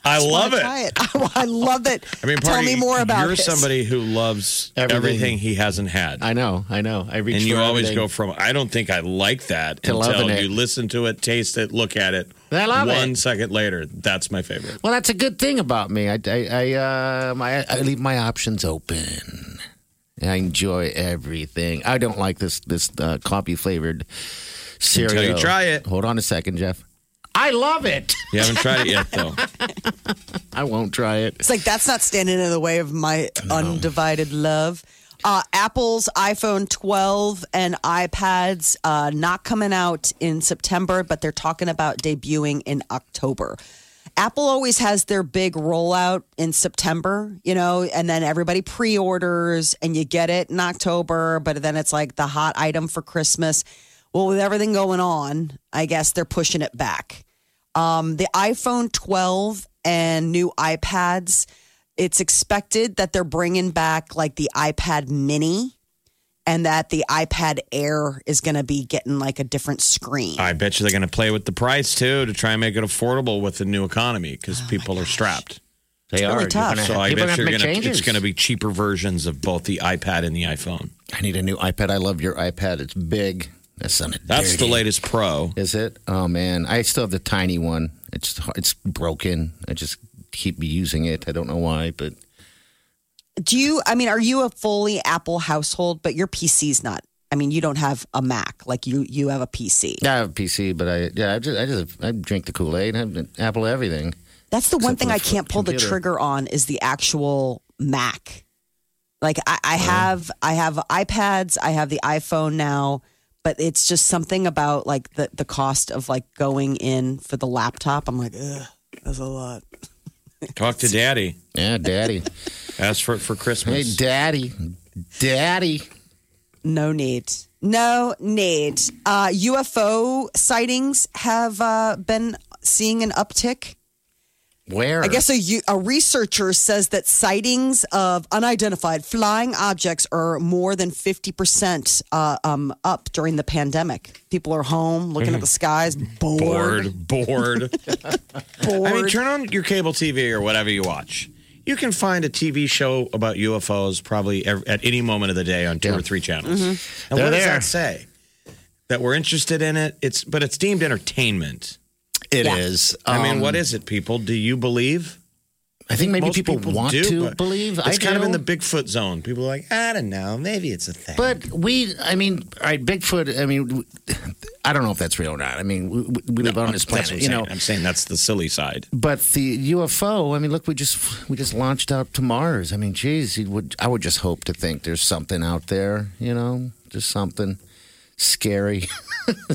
[SPEAKER 5] I love it.
[SPEAKER 3] Try it. I, love it.
[SPEAKER 5] I mean,
[SPEAKER 3] tell
[SPEAKER 5] Party,
[SPEAKER 3] me more about
[SPEAKER 5] You're
[SPEAKER 3] this.
[SPEAKER 5] somebody who loves
[SPEAKER 4] Everything.
[SPEAKER 5] everything, he hasn't had.
[SPEAKER 4] I know, I know. I reach
[SPEAKER 5] and you
[SPEAKER 4] for
[SPEAKER 5] always
[SPEAKER 4] everything.
[SPEAKER 5] go from I don't think I like that
[SPEAKER 4] To
[SPEAKER 5] until
[SPEAKER 4] loving it.
[SPEAKER 5] you listen to it, taste it, look at it.
[SPEAKER 4] I love it.
[SPEAKER 5] One second later, that's my favorite.
[SPEAKER 4] Well, that's a good thing about me. I I I, um, I, I leave my options open. I enjoy everything. I don't like this this uh, coffee flavored cereal.
[SPEAKER 5] Until you try it.
[SPEAKER 4] Hold on a second, Jeff. I love it.
[SPEAKER 5] You haven't tried it yet, though.
[SPEAKER 4] I won't try it.
[SPEAKER 3] It's like that's not standing in the way of my undivided love. Uh, Apple's iPhone 12 and iPads uh, not coming out in September, but they're talking about debuting in October. Apple always has their big rollout in September, you know, and then everybody pre orders and you get it in October, but then it's like the hot item for Christmas. Well, with everything going on, I guess they're pushing it back um, the iPhone 12 and new iPads. It's expected that they're bringing back like the iPad mini and that the iPad Air is going to be getting like a different screen.
[SPEAKER 5] I bet you they're going to play with the price too to try and make it affordable with the new economy because
[SPEAKER 4] Oh,
[SPEAKER 5] people are strapped.
[SPEAKER 4] They
[SPEAKER 3] really
[SPEAKER 4] are You're
[SPEAKER 3] tough.
[SPEAKER 4] gonna
[SPEAKER 5] So
[SPEAKER 4] have-
[SPEAKER 5] I
[SPEAKER 4] people
[SPEAKER 5] bet
[SPEAKER 4] are
[SPEAKER 5] you're
[SPEAKER 4] gonna have to
[SPEAKER 5] gonna-
[SPEAKER 4] make
[SPEAKER 5] it's
[SPEAKER 4] changes.
[SPEAKER 5] going to be cheaper versions of both the iPad and the iPhone.
[SPEAKER 4] I need a new iPad. I love your iPad. It's big. That sounded.
[SPEAKER 5] That's the
[SPEAKER 4] dirty.
[SPEAKER 5] latest Pro.
[SPEAKER 4] Is it? Oh man, I still have the tiny one. It's it's broken. I just keep using it. I don't know why, but
[SPEAKER 3] Do you, I mean, are you a fully Apple household, but your PC's not? I mean, you don't have a Mac, like you you have a PC.
[SPEAKER 4] Yeah, I have a PC, but I yeah, I just I just I drink the Kool Aid. I have an Apple everything.
[SPEAKER 3] That's the one
[SPEAKER 4] Except for
[SPEAKER 3] thing
[SPEAKER 4] the
[SPEAKER 3] I can't pull the
[SPEAKER 4] computer.
[SPEAKER 3] trigger on is the actual Mac. Like I, I have I have iPads, I have the iPhone now, but it's just something about like the, the cost of like going in for the laptop. I'm like, ugh, that's a lot.
[SPEAKER 5] Talk to Daddy.
[SPEAKER 4] Yeah, Daddy.
[SPEAKER 5] Ask for it for
[SPEAKER 4] hey,
[SPEAKER 5] Christmas.
[SPEAKER 4] Daddy, Daddy.
[SPEAKER 3] No need. No need. Uh, UFO sightings have uh, been seeing an uptick.
[SPEAKER 4] Where?
[SPEAKER 3] I guess a, u- a researcher says that sightings of unidentified flying objects are more than 50% uh, um, up during the pandemic. People are home looking
[SPEAKER 4] Mm.
[SPEAKER 3] at the skies, bored.
[SPEAKER 5] bored, bored. I mean, turn on your cable TV or whatever you watch. You can find a TV show about UFOs probably ev at any moment of the day on two or three channels. And
[SPEAKER 4] Mm-hmm. They're
[SPEAKER 5] what does
[SPEAKER 4] there.
[SPEAKER 5] that say? That we're interested in it. It's but it's deemed entertainment.
[SPEAKER 4] it is.
[SPEAKER 3] Yeah.
[SPEAKER 4] Um,
[SPEAKER 5] I mean, what is it, people? Do you believe?
[SPEAKER 4] I think maybe
[SPEAKER 5] Most
[SPEAKER 4] people, want
[SPEAKER 5] do,
[SPEAKER 4] to
[SPEAKER 5] but
[SPEAKER 4] believe.
[SPEAKER 5] It's
[SPEAKER 4] I
[SPEAKER 5] kind of in
[SPEAKER 4] do.
[SPEAKER 5] the Bigfoot zone. People are like, I don't know, maybe it's a thing.
[SPEAKER 4] But we, I mean, all right, Bigfoot. I mean, w- I don't know if that's real or not. I mean, we, we live on this
[SPEAKER 5] That's what I'm
[SPEAKER 4] planet, you
[SPEAKER 5] saying.
[SPEAKER 4] know.
[SPEAKER 5] I'm saying that's the silly side.
[SPEAKER 4] But the UFO. I mean, look, we just we just launched out to Mars. I mean, geez, you would I would just hope to think there's something out there, you know, just something. scary.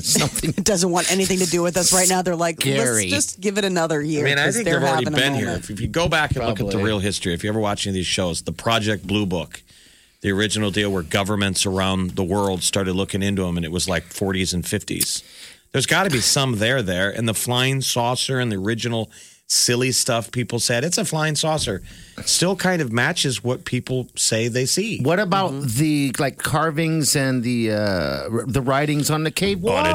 [SPEAKER 4] Something
[SPEAKER 3] doesn't want anything to do with us right now. They're like,
[SPEAKER 4] Scary.
[SPEAKER 3] let's just give it another year.
[SPEAKER 5] I mean, I
[SPEAKER 3] 'cause
[SPEAKER 5] think
[SPEAKER 3] they're
[SPEAKER 5] they've already
[SPEAKER 3] having a
[SPEAKER 5] been here.
[SPEAKER 3] moment.
[SPEAKER 5] If, if you go back and look at the
[SPEAKER 4] Probably.
[SPEAKER 5] real history, if you ever watch any of these shows, the Project Blue Book, the original deal where governments around the world started looking into them, and it was like 40s and 50s. There's got to be some there, there, and the flying saucer and the original silly stuff people said it's a flying saucer still kind of matches what people say they see.
[SPEAKER 4] What about
[SPEAKER 5] Mm-hmm.
[SPEAKER 4] the like carvings and the uh, r- the writings on the cave walls?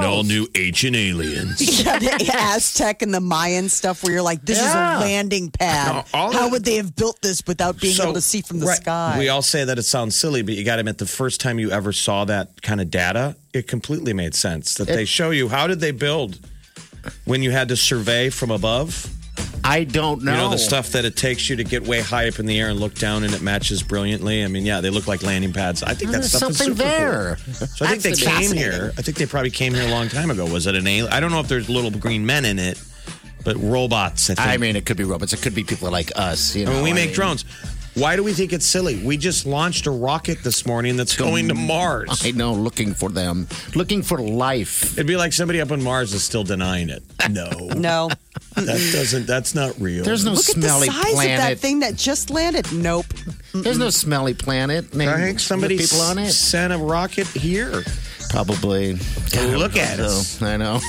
[SPEAKER 5] ancient aliens.
[SPEAKER 3] Yeah, the Aztec and the Mayan stuff where you're like, this
[SPEAKER 4] Yeah.
[SPEAKER 3] is a landing pad.
[SPEAKER 5] No, all
[SPEAKER 3] How
[SPEAKER 5] of-
[SPEAKER 3] would they have built this without being
[SPEAKER 5] So-
[SPEAKER 3] able to see from the
[SPEAKER 5] right.
[SPEAKER 3] sky?
[SPEAKER 5] We all say that it sounds silly, but you got to admit, the first time you ever saw that kind of data, it completely made sense. That they show you how did they build when you had to survey from above.
[SPEAKER 4] I don't know.
[SPEAKER 5] You know the stuff that it takes you to get way high up in the air and look down, and it matches brilliantly. I mean, yeah, they look like landing pads. I think that
[SPEAKER 4] There's
[SPEAKER 5] stuff is
[SPEAKER 4] something
[SPEAKER 5] super cool.
[SPEAKER 4] there.
[SPEAKER 5] So I think they
[SPEAKER 4] That's
[SPEAKER 5] came
[SPEAKER 4] fascinating.
[SPEAKER 5] here. I think they probably came here a long time ago. Was it an alien? I don't know if there's little green men in it, but robots. I think.
[SPEAKER 4] I mean, it could be robots. It could be people like us. You know,
[SPEAKER 5] I mean, we
[SPEAKER 4] I
[SPEAKER 5] make
[SPEAKER 4] mean,
[SPEAKER 5] drones. Why do we think it's silly? We just launched a rocket this morning that's going to Mars.
[SPEAKER 4] I know, looking for them, looking for life.
[SPEAKER 5] It'd be like somebody up on Mars is still denying it. No,
[SPEAKER 3] no.
[SPEAKER 5] that doesn't. That's not real.
[SPEAKER 4] There's no
[SPEAKER 3] Look at the
[SPEAKER 4] smelly
[SPEAKER 3] size of that
[SPEAKER 4] planet.
[SPEAKER 3] thing that just landed. Nope.
[SPEAKER 4] There's no smelly planet. Named
[SPEAKER 5] I think somebody
[SPEAKER 4] with people on it.
[SPEAKER 5] sent a rocket here.
[SPEAKER 4] Probably.
[SPEAKER 5] look at
[SPEAKER 4] So,
[SPEAKER 5] us.
[SPEAKER 4] I know.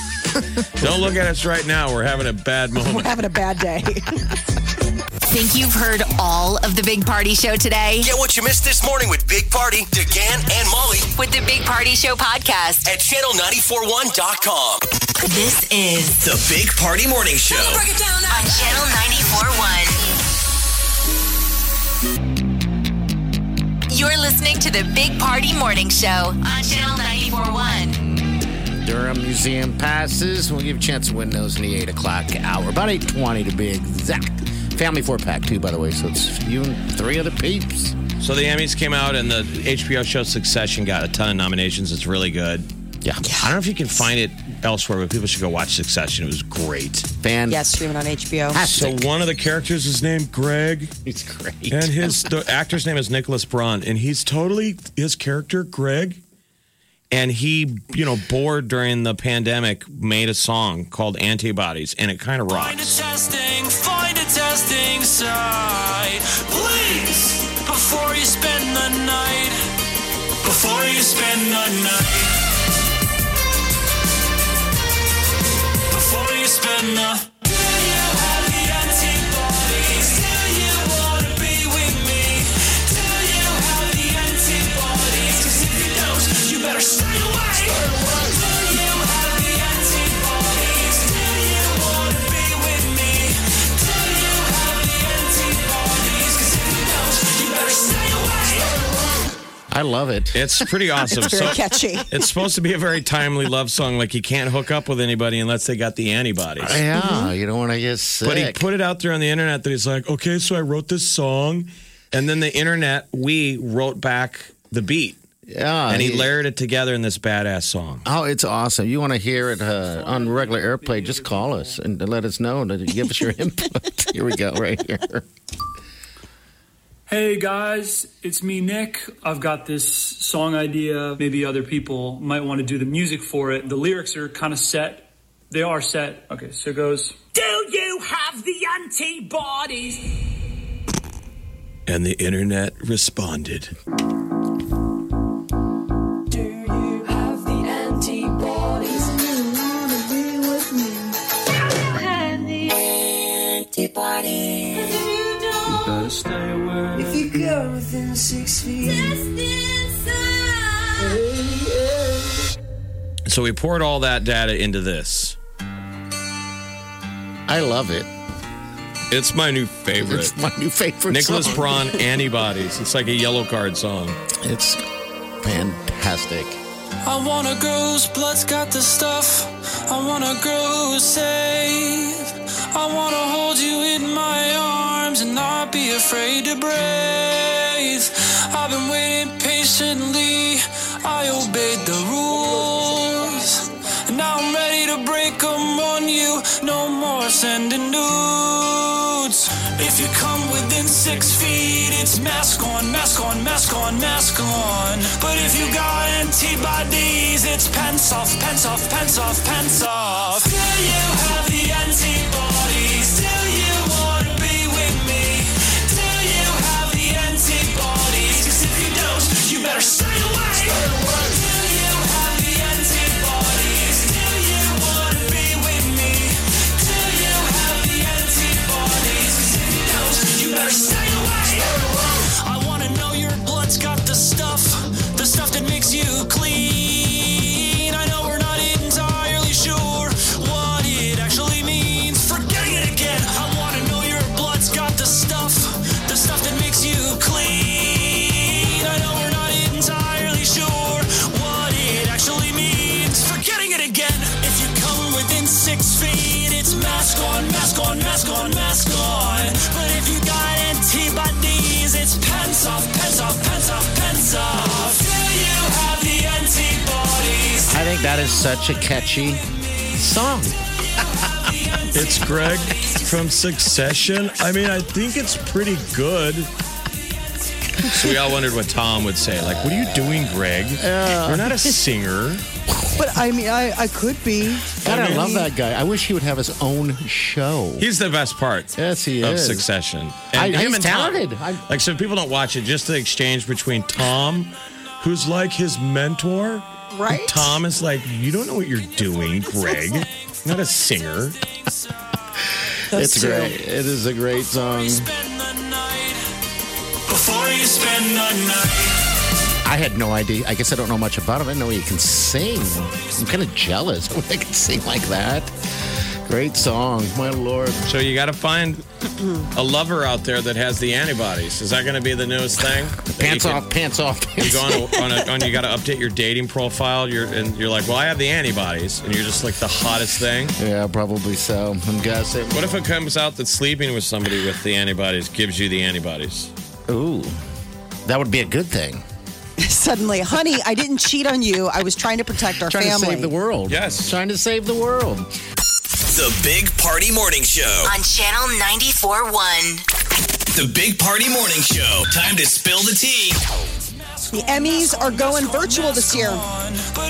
[SPEAKER 5] Don't look at us right now. We're having a bad
[SPEAKER 3] We're
[SPEAKER 5] moment.
[SPEAKER 3] having a bad day.
[SPEAKER 2] Think you've heard all of the Big Party Show today?
[SPEAKER 1] Get what you missed this morning with Big Party, DeGan and Molly
[SPEAKER 2] With the Big Party Show podcast,
[SPEAKER 1] at channel941.com.
[SPEAKER 2] this is
[SPEAKER 1] The Big Party Morning Show.
[SPEAKER 2] on Channel 94.1. You're listening to the Big Party Morning Show on Channel 94.1.
[SPEAKER 4] Durham Museum passes. We'll give you a chance to win those in the 8 o'clock hour. About 8.20 to be exact. Family four-pack, too, by the way. So it's you and three other peeps.
[SPEAKER 5] so the Emmys came out, and the HBO show Succession got a ton of nominations. It's really good.
[SPEAKER 4] Yeah.
[SPEAKER 5] I don't know if you can find it elsewhere, but people should go watch Succession. It was great.
[SPEAKER 4] Fan.
[SPEAKER 3] yeah, streaming on HBO.
[SPEAKER 5] So one of the characters is named Greg.
[SPEAKER 4] It's great.
[SPEAKER 5] And his the actor's name is Nicholas Braun, and he's totally his character Greg. And he, you know, bored during the pandemic, made a song called Antibodies, and it kind of
[SPEAKER 6] Find a
[SPEAKER 5] rocks.
[SPEAKER 6] testing, find a testing site, please. Before you spend the night, before you spend the night, before you spend the. Do you have the antibodies? Do you wanna be with me? Do you have the antibodies? 'Cause if you don't, you better stay away. Do you have the antibodies? Do you wanna be with me? Do you have the antibodies? 'Cause if you don't, you better stay away.
[SPEAKER 4] I love it.
[SPEAKER 5] It's pretty awesome.
[SPEAKER 3] Very
[SPEAKER 5] So-
[SPEAKER 3] catchy.
[SPEAKER 5] it's supposed to be a very timely love song. Like you can't hook up with anybody unless they got the antibodies.
[SPEAKER 4] Yeah,
[SPEAKER 3] Mm-hmm.
[SPEAKER 4] you don't want to get sick.
[SPEAKER 5] But he put it out there on the internet that he's like, okay, so I wrote this song, and then the internet we wrote back the beat,
[SPEAKER 4] yeah,
[SPEAKER 5] and he layered it together in this badass song.
[SPEAKER 4] Oh, it's awesome. You want to hear it uh, on regular airplay, just call us and let us know and give us your input. Here we go, right here.
[SPEAKER 7] Hey guys, it's me, Nick. I've got this song idea. Maybe other people might want to do the music for it. The lyrics are kind of set. They are set. Okay, so it goes.
[SPEAKER 6] Do you have the antibodies?
[SPEAKER 5] And the internet responded.
[SPEAKER 8] Do you have the antibodies? Do you wanna be with me? Do you have the antibodies? If you don't,
[SPEAKER 7] Better stay away.
[SPEAKER 8] if you go within six feet, just inside.
[SPEAKER 5] So we poured all that data into this.
[SPEAKER 4] I love it.
[SPEAKER 5] It's my new favorite.
[SPEAKER 4] It's my new favorite.
[SPEAKER 5] Nicholas
[SPEAKER 4] song.
[SPEAKER 5] Braun antibodies. It's like a yellow card song.
[SPEAKER 4] It's fantastic.
[SPEAKER 6] I want a girl whose blood's got the stuff. I want a girl who's safe. I want to hold you in my arms and not be afraid to breathe. I've been waiting patiently. I obeyed the rules. And now I'm ready to break them on you. No more sending nudes. If you come within six feet, it's mask on, mask on, mask on, mask on. But if you got an antibodies. It's pants off, pants off, pants off, pants off. Still you have the antibodies. Still you wanna be with me. Still you have the antibodies. 'Cause if you don't, you better stay away. Still you have the antibodies. Still you wanna be with me. Still you have the antibodies. 'Cause if you don't, you better stay away. I wanna know your blood's got the stuff, the stuff that makes you clean. I know we're not entirely sure what it actually means. Forgetting it again. I wanna know your blood's got the stuff, the stuff that makes you clean. I know we're not entirely sure what it actually means. Forgetting it again. If you come within six feet, it's mask on, mask on, mask on, mask on. But if you got antibodies, it's pants off, pants off, pants off, pants off. Do you have the antibodies?
[SPEAKER 4] I think that is such a catchy song.
[SPEAKER 5] It's Greg from Succession. I mean, I think it's pretty good. So we all wondered what Tom would say. Like, what are you doing, Greg? You're not a singer.
[SPEAKER 3] But I mean, I, I could be.
[SPEAKER 4] God, I love that guy. I wish he would have his own show.
[SPEAKER 5] He's the best part
[SPEAKER 4] Yes, he
[SPEAKER 5] of
[SPEAKER 4] is.
[SPEAKER 5] Succession.
[SPEAKER 4] I- he's
[SPEAKER 5] Tom.
[SPEAKER 4] talented. I-
[SPEAKER 5] like, so people don't watch it. Just the exchange between Tom, who's like his mentor.
[SPEAKER 3] Right?
[SPEAKER 5] Tom is like, you don't know what you're doing, Greg. You're Not a singer.
[SPEAKER 4] it's great. It is a great song.
[SPEAKER 6] Spend the night before you spend the night.
[SPEAKER 4] I had no idea. I guess I don't know much about him. I didn't know he can sing. I'm kind of jealous when I can sing like that. Great song. My Lord.
[SPEAKER 5] So you got to find a lover out there that has the antibodies. Is that going to be the newest thing?
[SPEAKER 4] Pants
[SPEAKER 5] You can-
[SPEAKER 4] off, pants off,
[SPEAKER 5] You
[SPEAKER 4] pants
[SPEAKER 5] go
[SPEAKER 4] off.
[SPEAKER 5] on, a, on, a, on you got to update your dating profile. You're and you're like, well, I have the antibodies, and you're just like the hottest thing.
[SPEAKER 4] Yeah, probably so. I'm guessing.
[SPEAKER 5] What if it comes out that sleeping with somebody with the antibodies gives you the antibodies?
[SPEAKER 4] Ooh. That would be a good thing.
[SPEAKER 3] Suddenly, honey, I didn't cheat on you. I was trying to protect our
[SPEAKER 4] Trying to
[SPEAKER 3] family.
[SPEAKER 4] save the world.
[SPEAKER 5] Yes.
[SPEAKER 4] Trying to save the world.
[SPEAKER 1] The Big Party Morning Show.
[SPEAKER 2] on Channel 94.1.
[SPEAKER 1] The Big Party Morning Show. Time to spill the tea.
[SPEAKER 3] The Emmys are going virtual this year.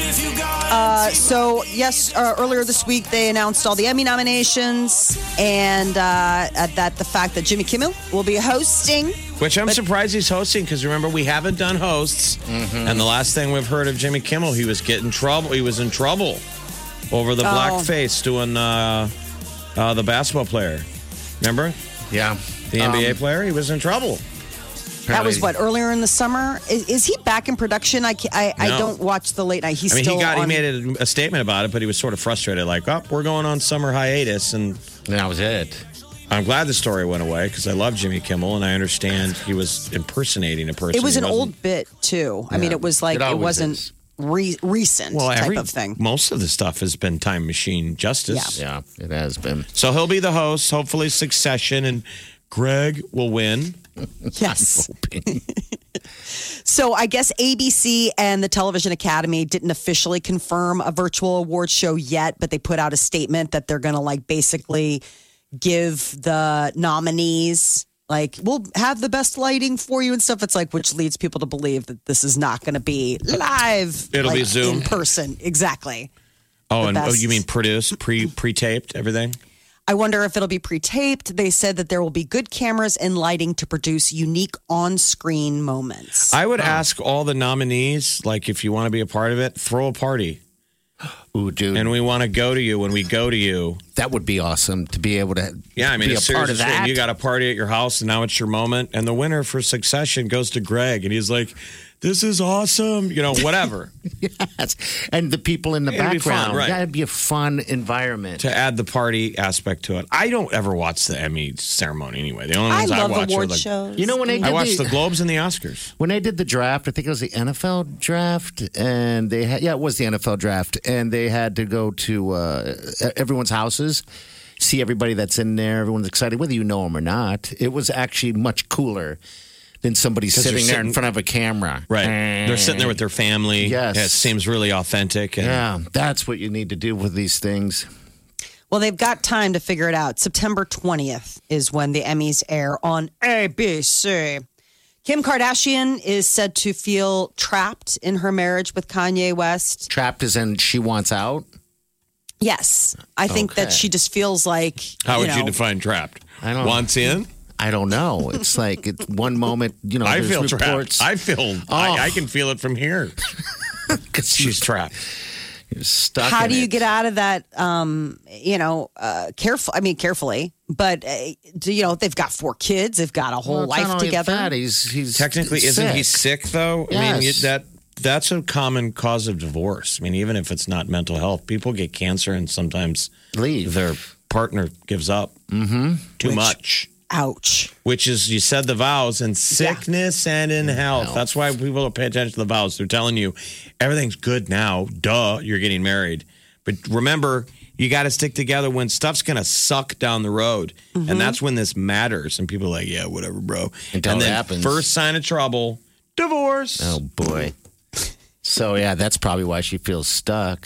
[SPEAKER 3] Uh, so yes, uh, earlier this week they announced all the Emmy nominations, and uh, uh, that the fact that Jimmy Kimmel will be hosting.
[SPEAKER 5] Which I'm surprised he's hosting because remember we haven't done hosts,
[SPEAKER 3] Mm-hmm.
[SPEAKER 5] and the last thing we've heard of Jimmy Kimmel, he was getting trouble. He was in trouble over the
[SPEAKER 3] Oh.
[SPEAKER 5] blackface doing uh, uh, the basketball player. Remember
[SPEAKER 4] Yeah.
[SPEAKER 5] the
[SPEAKER 3] Um,
[SPEAKER 5] NBA player? He was in trouble.
[SPEAKER 3] That was
[SPEAKER 4] Apparently-
[SPEAKER 3] what earlier in the summer. Is, is he back in production? I, ca- I, I
[SPEAKER 5] No.
[SPEAKER 3] don't watch the late night. He's
[SPEAKER 5] I mean,
[SPEAKER 3] still
[SPEAKER 5] he got
[SPEAKER 3] on.
[SPEAKER 5] he made a, a statement about it, but he was sort of frustrated, like, "Oh, we're going on summer hiatus," and
[SPEAKER 4] That was it.
[SPEAKER 5] I'm glad the story went away because I love Jimmy Kimmel and I understand he was impersonating a person.
[SPEAKER 3] it was
[SPEAKER 5] he
[SPEAKER 3] an
[SPEAKER 5] wasn't-
[SPEAKER 3] old bit too. I mean, it was like
[SPEAKER 4] It
[SPEAKER 3] it,
[SPEAKER 4] always
[SPEAKER 3] wasn't
[SPEAKER 4] is.
[SPEAKER 3] re- recent
[SPEAKER 5] well,
[SPEAKER 3] type
[SPEAKER 5] every-
[SPEAKER 3] of thing.
[SPEAKER 5] Most of the stuff has been time machine justice.
[SPEAKER 4] Yeah, it has been.
[SPEAKER 5] So he'll be the host, hopefully Succession, and Greg will win.
[SPEAKER 3] Yes. so I guess ABC and the Television Academy didn't officially confirm a virtual award show yet, but they put out a statement that they're going to like basically give the nominees like we'll have the best lighting for you and stuff. It's like which leads people to believe that this is not going to be live.
[SPEAKER 5] It'll be
[SPEAKER 3] like,
[SPEAKER 5] Zoom.
[SPEAKER 3] in person, exactly.
[SPEAKER 5] Oh,
[SPEAKER 3] The
[SPEAKER 5] and oh,
[SPEAKER 3] best.
[SPEAKER 5] you mean produced, pre pre taped, everything?
[SPEAKER 3] I wonder if it'll be pre taped. They said that there will be good cameras and lighting to produce unique on screen moments.
[SPEAKER 5] I would ask all the nominees, like, if you want to be a part of it, throw a party,
[SPEAKER 4] Ooh, dude.
[SPEAKER 5] and we want to go to you when we go to you.
[SPEAKER 4] that would be awesome to be able to
[SPEAKER 5] Yeah, I mean,
[SPEAKER 4] be
[SPEAKER 5] it's
[SPEAKER 4] a part of
[SPEAKER 5] serious as
[SPEAKER 4] that.
[SPEAKER 5] well. You got a party at your house, and now it's your moment. And the winner for Succession goes to Greg, and he's like, "This is awesome," you know, whatever.
[SPEAKER 4] yes. And the people in the
[SPEAKER 5] It'd be
[SPEAKER 4] background.
[SPEAKER 5] fun, right.
[SPEAKER 4] That'd be a fun environment.
[SPEAKER 5] to add the party aspect to it. I don't ever watch the Emmy ceremony anyway. The only
[SPEAKER 3] I
[SPEAKER 5] ones I,
[SPEAKER 3] love
[SPEAKER 5] watch are
[SPEAKER 3] award
[SPEAKER 5] like,
[SPEAKER 3] shows.
[SPEAKER 4] you know when they did
[SPEAKER 5] I watch
[SPEAKER 4] the,
[SPEAKER 5] the Globes and the Oscars.
[SPEAKER 4] when they did the draft, I think it was the NFL draft, and they had yeah, it was the NFL draft, and they had to go to uh, everyone's houses, see everybody that's in there. Everyone's excited, whether you know them or not. It was actually much cooler than somebody
[SPEAKER 5] you're
[SPEAKER 4] sitting, there in
[SPEAKER 5] sitting-
[SPEAKER 4] front of a camera.
[SPEAKER 5] Right. They're sitting there with their family.
[SPEAKER 4] Yes.
[SPEAKER 5] It seems really authentic. And
[SPEAKER 4] Yeah, that's what you need to do with these things.
[SPEAKER 3] Well, they've got time to figure it out. September 20th is when the Emmys air on ABC. Kim Kardashian is said to feel trapped in her marriage with Kanye West.
[SPEAKER 4] Trapped as in she wants out.
[SPEAKER 3] Yes. I think that
[SPEAKER 4] Okay.
[SPEAKER 3] she just feels like
[SPEAKER 5] How would you
[SPEAKER 3] know,
[SPEAKER 5] define trapped?
[SPEAKER 4] I don't-
[SPEAKER 5] Wants in?
[SPEAKER 4] I don't know. It's like it's one moment, you know,
[SPEAKER 5] I
[SPEAKER 4] Oh, there's
[SPEAKER 5] feel
[SPEAKER 4] reports.
[SPEAKER 5] trapped. I feel.
[SPEAKER 4] Oh.
[SPEAKER 5] I, I can feel it from here.
[SPEAKER 4] 'cause
[SPEAKER 5] She's trapped.
[SPEAKER 4] she's stuck.
[SPEAKER 3] how
[SPEAKER 4] in
[SPEAKER 3] do you
[SPEAKER 4] it.
[SPEAKER 3] get out of that um you know uh careful i mean carefully but uh, do you know they've got four kids they've got a whole
[SPEAKER 4] Well, it's not
[SPEAKER 3] life
[SPEAKER 4] only
[SPEAKER 3] together
[SPEAKER 4] That. He's, he's
[SPEAKER 5] Technically, isn't he sick though? I mean, you,
[SPEAKER 4] Yes.
[SPEAKER 5] that that's a common cause of divorce. I mean, even if it's not mental health, people get cancer and sometimes
[SPEAKER 4] Leave.
[SPEAKER 5] their partner gives up
[SPEAKER 4] Mm-hmm.
[SPEAKER 5] too much.
[SPEAKER 3] ouch
[SPEAKER 5] Which is you said the vows in sickness and in health. That's why people don't pay attention to the vows. They're telling you everything's good now. Duh, you're getting married. But remember, you got to stick together when stuff's going to suck down the road. And that's when this matters. And people are like, yeah, whatever, bro.
[SPEAKER 4] Mm-hmm. Until
[SPEAKER 5] and
[SPEAKER 4] it
[SPEAKER 5] then
[SPEAKER 4] happens.
[SPEAKER 5] first sign of trouble, divorce.
[SPEAKER 4] Oh boy. So yeah, that's probably why she feels stuck.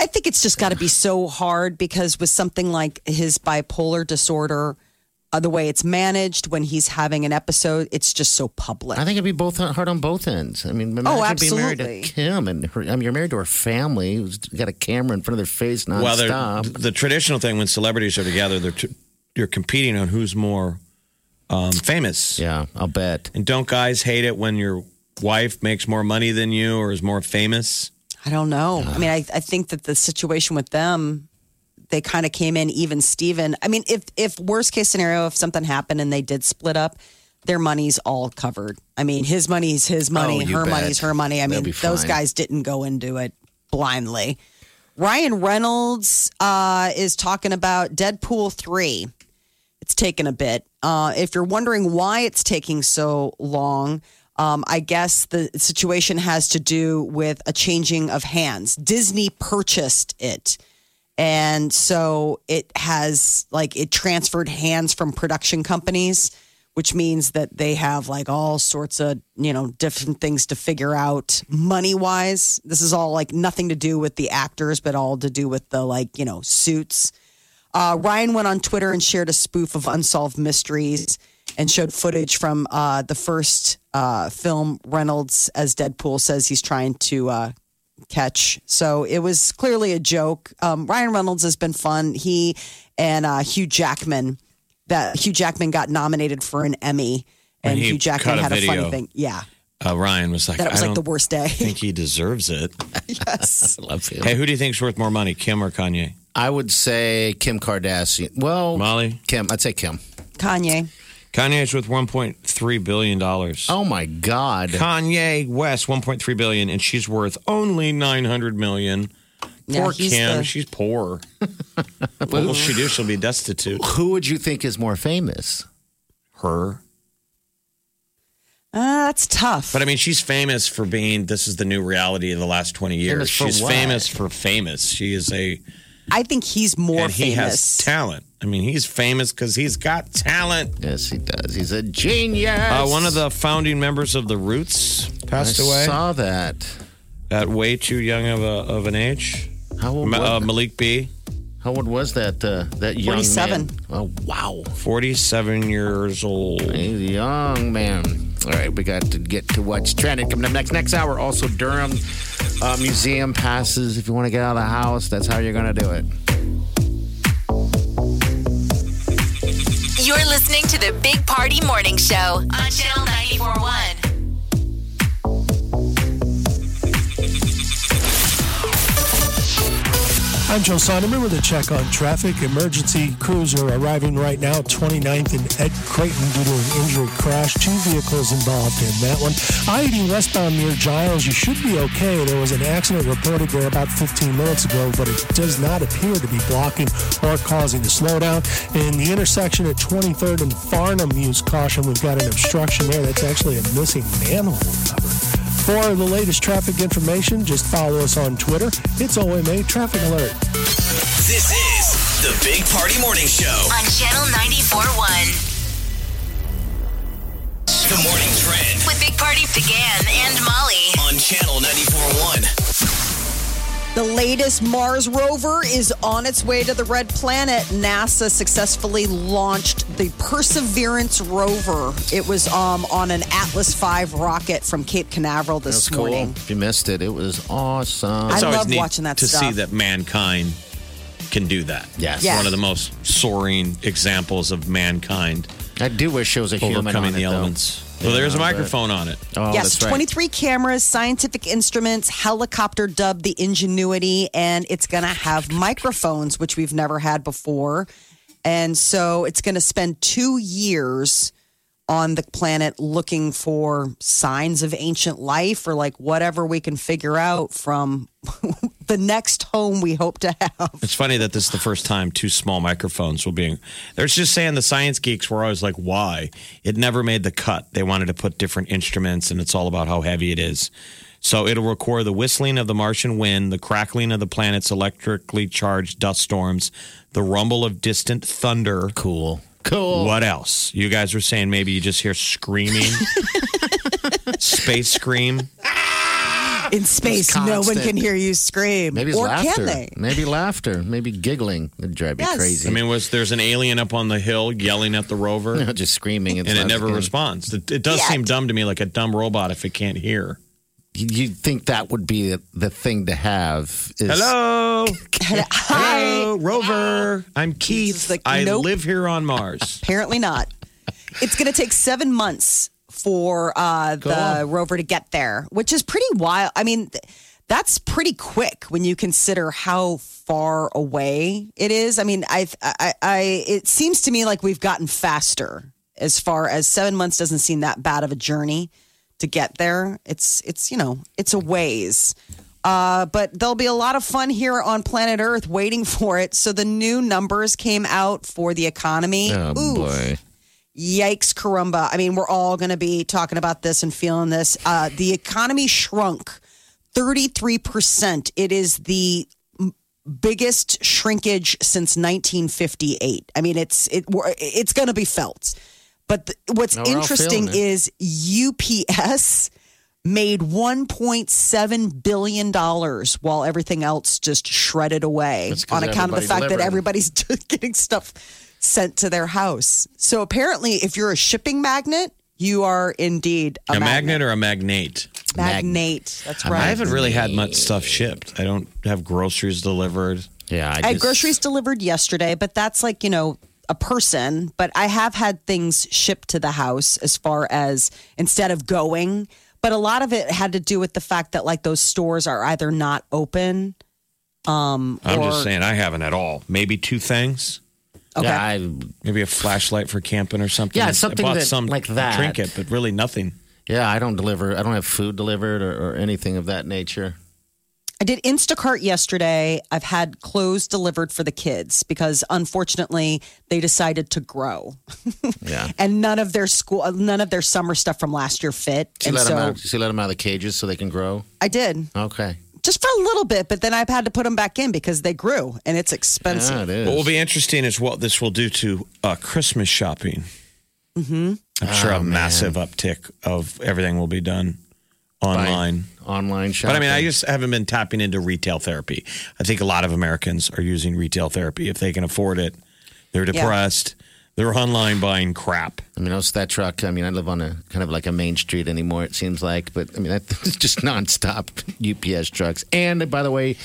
[SPEAKER 3] i think it's just got to be so hard because with something like his bipolar disorder uh, the way it's managed when he's having an episode it's just so public
[SPEAKER 4] I think it'd be both hard on both ends. I mean, imagine being married to
[SPEAKER 3] Oh, absolutely.
[SPEAKER 4] Kim and her, I mean, you're married to her family who's got a camera in front of their face
[SPEAKER 5] Well,
[SPEAKER 4] nonstop.
[SPEAKER 5] they're, the traditional thing when celebrities are together, they're t- you're competing on who's more um, famous.
[SPEAKER 4] yeah, I'll bet.
[SPEAKER 5] And don't guys hate it when your wife makes more money than you or is more famous?
[SPEAKER 3] i don't know i mean I, I think that the situation with them they kind of came in even steven i mean if if worst case scenario if something happened and they did split up their money's all covered i mean his money's his money
[SPEAKER 4] Oh, you
[SPEAKER 3] her
[SPEAKER 4] bet.
[SPEAKER 3] money's her money i
[SPEAKER 4] They'll
[SPEAKER 3] mean
[SPEAKER 4] be
[SPEAKER 3] those
[SPEAKER 4] fine.
[SPEAKER 3] guys didn't go into it blindly ryan reynolds uh, is talking about deadpool 3 it's taken a bit. Uh, if you're wondering why it's taking so long, um, I guess the situation has to do with a changing of hands. Disney purchased it. And so it has, like, it transferred hands from production companies, which means that they have, like, all sorts of, you know, different things to figure out money wise. This is all, like, nothing to do with the actors, but all to do with the, like, you know, suits. Uh, Ryan went on Twitter and shared a spoof of Unsolved Mysteries and showed footage from uh, the first uh, film. Reynolds, as Deadpool says, he's trying to uh, catch. So it was clearly a joke. Um, Ryan Reynolds has been fun. He and uh, Hugh Jackman. That Hugh Jackman got nominated for an Emmy, and
[SPEAKER 5] And he
[SPEAKER 3] Hugh Jackman
[SPEAKER 5] cut a
[SPEAKER 3] had a funny
[SPEAKER 5] video.
[SPEAKER 3] thing. Yeah,
[SPEAKER 5] Uh, Ryan was like,
[SPEAKER 3] that it was
[SPEAKER 5] I
[SPEAKER 3] like the
[SPEAKER 5] don't
[SPEAKER 3] worst day.
[SPEAKER 5] think he deserves it.
[SPEAKER 3] yes.
[SPEAKER 4] I love him.
[SPEAKER 5] hey, who do you think's worth more money, Kim or Kanye?
[SPEAKER 4] I would say Kim Kardashian. Well,
[SPEAKER 5] Molly?
[SPEAKER 4] Kim. I'd say Kim.
[SPEAKER 3] Kanye.
[SPEAKER 5] Kanye's worth $1.3 billion.
[SPEAKER 4] Oh my God.
[SPEAKER 5] Kanye West, $1.3 billion, and she's worth only $900 million.
[SPEAKER 3] Yeah,
[SPEAKER 5] Poor
[SPEAKER 3] he's
[SPEAKER 5] Kim.
[SPEAKER 3] the-
[SPEAKER 5] She's poor. what will she do? She'll be destitute.
[SPEAKER 4] Who would you think is more famous?
[SPEAKER 5] Her.
[SPEAKER 3] Uh, that's tough.
[SPEAKER 5] But I mean, she's famous for being. This is the new reality of the last twenty years.
[SPEAKER 4] Famous for
[SPEAKER 5] she's
[SPEAKER 4] what?
[SPEAKER 5] famous for famous. She is a
[SPEAKER 3] I think he's more
[SPEAKER 5] and he
[SPEAKER 3] famous.
[SPEAKER 5] has talent. I mean, he's famous because he's got talent.
[SPEAKER 4] Yes, he does. He's a genius.
[SPEAKER 5] Uh, one of the founding members of the Roots
[SPEAKER 4] I
[SPEAKER 5] passed away
[SPEAKER 4] saw that.
[SPEAKER 5] at way too young of a of an age.
[SPEAKER 4] How old?
[SPEAKER 5] Ma- uh,
[SPEAKER 4] was,
[SPEAKER 5] Malik B,
[SPEAKER 4] how old was that? Uh, that young
[SPEAKER 3] 47.
[SPEAKER 4] man? Oh wow.
[SPEAKER 5] forty seven years old.
[SPEAKER 4] He's a young man. All right, we got to get to what's trending coming up next. Next hour, also Durham uh, Museum passes. If you want to get out of the house, that's how you're going to do it.
[SPEAKER 2] You're listening to the Big Party Morning Show on Channel 941.
[SPEAKER 9] I'm Joe Sonderman with a check on traffic. Emergency crews are arriving right now, 29th and Ed Creighton due to an injured crash. Two vehicles involved in that one. I-80 westbound near Giles, you should be okay. There was an accident reported there about 15 minutes ago, but it does not appear to be blocking or causing a slowdown. In the intersection at 23rd and Farnham, use caution. We've got an obstruction there. That's actually a missing manhole cover. For the latest traffic information, just follow us on Twitter. It's OMA Traffic Alert.
[SPEAKER 1] This is the Big Party Morning Show.
[SPEAKER 2] On Channel 941
[SPEAKER 1] The morning trend
[SPEAKER 2] with Big Party began and Molly.
[SPEAKER 1] on Channel 941.
[SPEAKER 3] The latest Mars rover is on its way to the red planet. NASA successfully launched the Perseverance rover. It was um, on an Atlas V rocket from Cape Canaveral this
[SPEAKER 4] That's cool.
[SPEAKER 3] morning.
[SPEAKER 4] If you missed it, it was awesome.
[SPEAKER 3] I
[SPEAKER 5] It's always
[SPEAKER 3] love
[SPEAKER 5] neat
[SPEAKER 3] watching that
[SPEAKER 5] to
[SPEAKER 3] stuff.
[SPEAKER 5] see that mankind can do that.
[SPEAKER 4] Yes.
[SPEAKER 5] It's
[SPEAKER 3] Yeah.
[SPEAKER 5] one of the most soaring examples of mankind
[SPEAKER 4] I do wish it was a human on
[SPEAKER 5] overcoming
[SPEAKER 4] it,
[SPEAKER 5] the
[SPEAKER 4] though.
[SPEAKER 5] elements. Well, there's a
[SPEAKER 4] Yeah, but-
[SPEAKER 5] microphone on it.
[SPEAKER 4] Oh,
[SPEAKER 3] yes,
[SPEAKER 4] that's right.
[SPEAKER 3] 23 cameras, scientific instruments, helicopter dubbed the Ingenuity, and it's going to have microphones, which we've never had before. And so it's going to spend two years on the planet looking for signs of ancient life or like whatever we can figure out from the next home we hope to have.
[SPEAKER 5] It's funny that this is the first time two small microphones will be. They're just saying the science geeks were always like, why? It never made the cut. They wanted to put different instruments, and it's all about how heavy it is. So it'll record the whistling of the Martian wind, the crackling of the planet's electrically charged dust storms, the rumble of distant thunder.
[SPEAKER 4] Cool. Cool.
[SPEAKER 5] What else? You guys were saying maybe you just hear screaming, space scream.
[SPEAKER 3] In space, no one
[SPEAKER 4] constant.
[SPEAKER 3] can hear you scream.
[SPEAKER 4] Maybe it's
[SPEAKER 3] or
[SPEAKER 4] laughter.
[SPEAKER 3] can they?
[SPEAKER 4] Maybe laughter. Maybe giggling. It'd drive me
[SPEAKER 3] Yes.
[SPEAKER 4] crazy.
[SPEAKER 5] I mean, was there's an alien up on the hill yelling at the rover?
[SPEAKER 4] just screaming.
[SPEAKER 5] and it
[SPEAKER 4] sounds
[SPEAKER 5] never
[SPEAKER 4] good.
[SPEAKER 5] responds. It, it does
[SPEAKER 3] Yeah.
[SPEAKER 5] seem dumb to me, like a dumb robot if it can't hear.
[SPEAKER 4] You'd think that would be the thing to have. Is,
[SPEAKER 5] Hello,
[SPEAKER 3] Hi.
[SPEAKER 5] hello, rover. I'm Keith.
[SPEAKER 3] It's like,
[SPEAKER 5] I
[SPEAKER 3] nope.
[SPEAKER 5] live here on Mars.
[SPEAKER 3] Apparently not. It's going to take seven months for uh, the rover to get there, which is pretty wild. I mean, th- that's pretty quick when you consider how far away it is. I mean, I've, I, I, I, it seems to me like we've gotten faster as far as seven months doesn't seem that bad of a journey to get there. It's, it's, you know, it's a ways. Uh, but there'll be a lot of fun here on planet Earth waiting for it. So the new numbers came out for the economy.
[SPEAKER 4] Oh,
[SPEAKER 3] Ooh,
[SPEAKER 4] boy.
[SPEAKER 3] Yikes, carumba. I mean, we're all going to be talking about this and feeling this. Uh, the economy shrunk 33%. It is the m- biggest shrinkage since 1958. I mean, it's it we're- it's going to be felt. But th- what's
[SPEAKER 4] No, we're all
[SPEAKER 3] interesting
[SPEAKER 4] feeling
[SPEAKER 3] is UPS made 1.7 billion dollars while everything else just shredded away
[SPEAKER 4] That's 'cause
[SPEAKER 3] on account of the
[SPEAKER 4] everybody's
[SPEAKER 3] fact that
[SPEAKER 4] delivering.
[SPEAKER 3] everybody's just getting stuff sent to their house. So apparently, if you're a shipping magnet, you are indeed a,
[SPEAKER 5] A magnet or a magnate?
[SPEAKER 3] Magnate. That's
[SPEAKER 5] I
[SPEAKER 3] right.
[SPEAKER 5] haven't really had much stuff shipped. I don't have groceries delivered.
[SPEAKER 4] Yeah. I,
[SPEAKER 3] I had
[SPEAKER 4] just-
[SPEAKER 3] groceries delivered yesterday, but that's like, you know, a person. But I have had things shipped to the house as far as instead of going. But a lot of it had to do with the fact that like those stores are either not open. Um,
[SPEAKER 5] I'm
[SPEAKER 3] or,
[SPEAKER 5] just saying, I haven't at all. Maybe two things.
[SPEAKER 3] Okay.
[SPEAKER 4] Yeah, I,
[SPEAKER 5] Maybe a flashlight for camping or something.
[SPEAKER 4] Yeah, something
[SPEAKER 5] I bought
[SPEAKER 4] that-
[SPEAKER 5] some
[SPEAKER 4] like that.
[SPEAKER 5] trinket, but really nothing.
[SPEAKER 4] yeah, I don't deliver. I don't have food delivered or, or anything of that nature.
[SPEAKER 3] I did Instacart yesterday. I've had clothes delivered for the kids because unfortunately they decided to grow.
[SPEAKER 4] Yeah.
[SPEAKER 3] And none of their school none of their summer stuff from last year fit.
[SPEAKER 4] She
[SPEAKER 3] and
[SPEAKER 4] let,
[SPEAKER 3] so
[SPEAKER 4] them out, she let 'em out of the cages so they can grow.
[SPEAKER 3] I did.
[SPEAKER 4] Okay.
[SPEAKER 3] Just for a little bit, but then I've had to put them back in because they grew and it's expensive.
[SPEAKER 4] Yeah, it is.
[SPEAKER 5] What will be interesting is what this will do to uh, Christmas shopping. Mm-hmm. I'm sure a massive uptick of everything will be done online.
[SPEAKER 4] Online
[SPEAKER 5] But
[SPEAKER 4] shopping.
[SPEAKER 5] I mean, I just haven't been tapping into retail therapy. I think a lot of Americans are using retail therapy if they can afford it. They're depressed. They're online buying crap.
[SPEAKER 4] I mean, also that truck. I mean, I live on a kind of like a main street anymore. It seems like, but I mean, that, it's just nonstop UPS trucks. And by the way,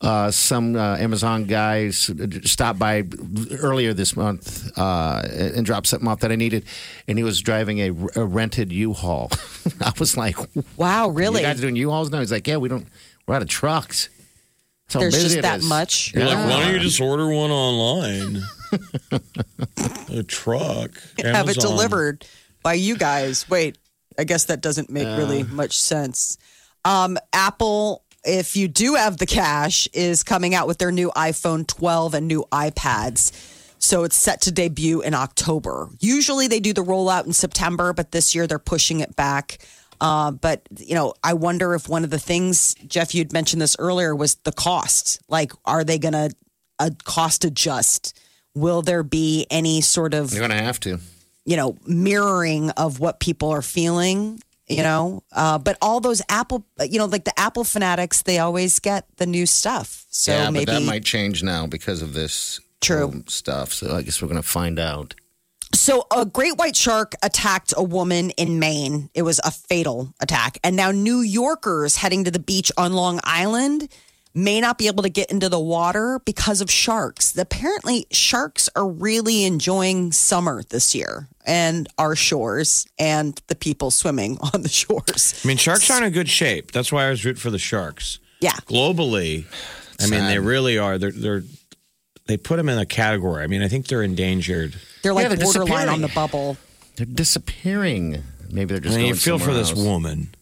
[SPEAKER 4] uh, some uh, Amazon guys stopped by earlier this month uh, and dropped something off that I needed, and he was driving a, a rented U-Haul. I was like,
[SPEAKER 3] Wow, really?
[SPEAKER 4] "You guys are doing U-Hauls now?" He's like, "Yeah, we don't. We're out of trucks." That's how
[SPEAKER 3] There's
[SPEAKER 4] busy
[SPEAKER 3] just
[SPEAKER 4] it
[SPEAKER 3] that
[SPEAKER 4] is.
[SPEAKER 3] much?
[SPEAKER 4] Yeah.
[SPEAKER 5] You're like, why don't you just order one online? a truck.
[SPEAKER 3] have it
[SPEAKER 5] Amazon.
[SPEAKER 3] delivered by you guys. Wait, I guess that doesn't make really much sense. Um, Apple, if you do have the cash, is coming out with their new iPhone 12 and new iPads. So it's set to debut in October. Usually they do the rollout in September, but this year they're pushing it back. Uh, but you know, I wonder if one of the things Jeff you'd mentioned this earlier was the cost. Like, are they going to uh, cost adjust? Will there be any sort of
[SPEAKER 4] You're gonna have to.
[SPEAKER 3] you know, mirroring of what people are feeling. you know uh, but all those apple you know like the apple fanatics they always get the new stuff so
[SPEAKER 4] yeah,
[SPEAKER 3] maybe
[SPEAKER 4] but that might change now because of this
[SPEAKER 3] True.
[SPEAKER 4] um, stuff. So I guess we're gonna find out.
[SPEAKER 3] So, a great white shark attacked a woman in Maine. It was a fatal attack. And now, New Yorkers heading to the beach on Long Island may not be able to get into the water because of sharks. Apparently, sharks are really enjoying summer this year and our shores and the people swimming on the shores.
[SPEAKER 5] I mean, sharks aren't in good shape. That's why I was rooting for the sharks.
[SPEAKER 3] Yeah.
[SPEAKER 5] Globally, I mean, they really are. They're, they're they put them in a category. I mean, I think they're endangered.
[SPEAKER 3] They're like
[SPEAKER 4] Yeah, they're
[SPEAKER 3] borderline on
[SPEAKER 4] disappearing.
[SPEAKER 3] the bubble.
[SPEAKER 4] They're disappearing. Maybe they're just.
[SPEAKER 5] and you
[SPEAKER 4] going
[SPEAKER 5] feel for
[SPEAKER 4] somewhere
[SPEAKER 5] this
[SPEAKER 4] else.
[SPEAKER 5] woman.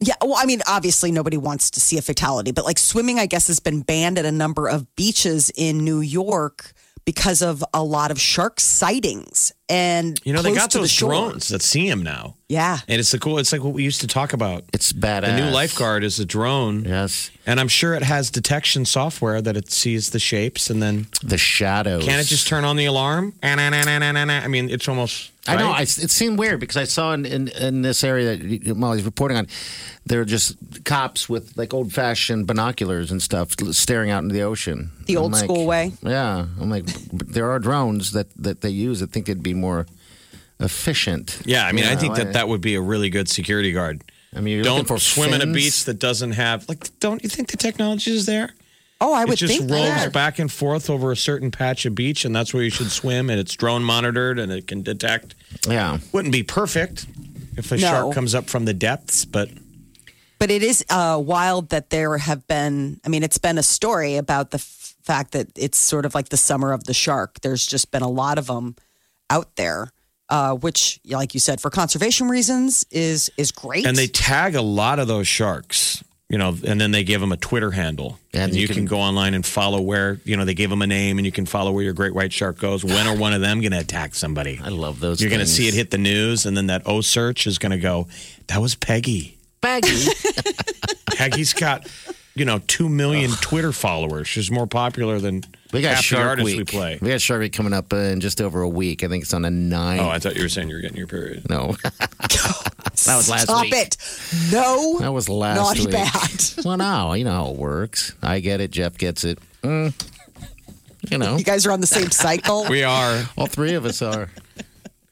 [SPEAKER 3] Yeah, well, I mean, obviously nobody wants to see a fatality, but like swimming, I guess, has been banned at a number of beaches in New York because of a lot of shark sightings. And
[SPEAKER 5] You know, they
[SPEAKER 3] close
[SPEAKER 5] got
[SPEAKER 3] to the
[SPEAKER 5] those
[SPEAKER 3] shore.
[SPEAKER 5] drones that see them now.
[SPEAKER 3] Yeah,
[SPEAKER 5] And it's the cool. It's like what we used to talk about.
[SPEAKER 4] It's badass.
[SPEAKER 5] the new lifeguard is a drone.
[SPEAKER 4] Yes,
[SPEAKER 5] And I'm sure it has detection software that it sees the shapes and then
[SPEAKER 4] the shadows.
[SPEAKER 5] can it just turn on the alarm? Ah, nah, nah, nah, nah, nah, nah. I mean, it's almost.
[SPEAKER 4] I know. I,
[SPEAKER 5] right?
[SPEAKER 4] it seemed weird because I saw in, in, in this area that Molly's reporting on, there are just cops with like old fashioned binoculars and stuff staring out into the ocean.
[SPEAKER 3] The old
[SPEAKER 4] like-
[SPEAKER 3] school way.
[SPEAKER 4] Yeah. I'm like, but there are drones that, that they use. I think it'd be more efficient.
[SPEAKER 5] yeah, I mean,
[SPEAKER 4] You
[SPEAKER 5] I
[SPEAKER 4] know,
[SPEAKER 5] think that that would be a really good security guard.
[SPEAKER 4] I mean, you're
[SPEAKER 5] don't
[SPEAKER 4] looking for
[SPEAKER 5] swim in a
[SPEAKER 4] fins?
[SPEAKER 5] beach that doesn't have like. Don't you think the technology is there?
[SPEAKER 3] Oh, I
[SPEAKER 5] it
[SPEAKER 3] would
[SPEAKER 5] just
[SPEAKER 3] think
[SPEAKER 5] roams
[SPEAKER 3] that.
[SPEAKER 5] back and forth over a certain patch of beach, and that's where you should swim. And it's drone monitored, and it can detect.
[SPEAKER 4] Yeah.
[SPEAKER 5] Wouldn't be perfect if a
[SPEAKER 3] No.
[SPEAKER 5] shark comes up from the depths, but
[SPEAKER 3] But it is uh, wild that there have been. I mean, it's been a story about the f- fact that it's sort of like the summer of the shark. There's just been a lot of them out there, uh, which, like you said, for conservation reasons, is is great.
[SPEAKER 5] and they tag a lot of those sharks you know and then they give them a twitter handle and,
[SPEAKER 4] And
[SPEAKER 5] you,
[SPEAKER 4] you
[SPEAKER 5] can,
[SPEAKER 4] can-
[SPEAKER 5] go online and follow where you know they give them a name and you can follow where your great white shark goes when are one of them going to attack somebody
[SPEAKER 4] I love those.
[SPEAKER 5] you're going to
[SPEAKER 4] things.
[SPEAKER 5] see it hit the news and then that o search is going to go that was peggy
[SPEAKER 4] baggy.
[SPEAKER 5] peggy's got you know 2 million twitter followers she's more popular than
[SPEAKER 4] We got
[SPEAKER 5] half the
[SPEAKER 4] Shark
[SPEAKER 5] artists
[SPEAKER 4] Week.
[SPEAKER 5] we play
[SPEAKER 4] got Shark Week coming up uh, in just over a week. I think it's on a nine.
[SPEAKER 5] oh i thought you were saying you were getting your period
[SPEAKER 4] no, that was last
[SPEAKER 3] Stop
[SPEAKER 4] week.
[SPEAKER 3] it. No.
[SPEAKER 4] That was last
[SPEAKER 3] Naughty
[SPEAKER 4] week.
[SPEAKER 3] bad.
[SPEAKER 4] Well, no, you know how it works. I get it. Jeff gets it. Mm. You know,
[SPEAKER 3] You guys are on the same cycle.
[SPEAKER 5] we are
[SPEAKER 4] all three of us are,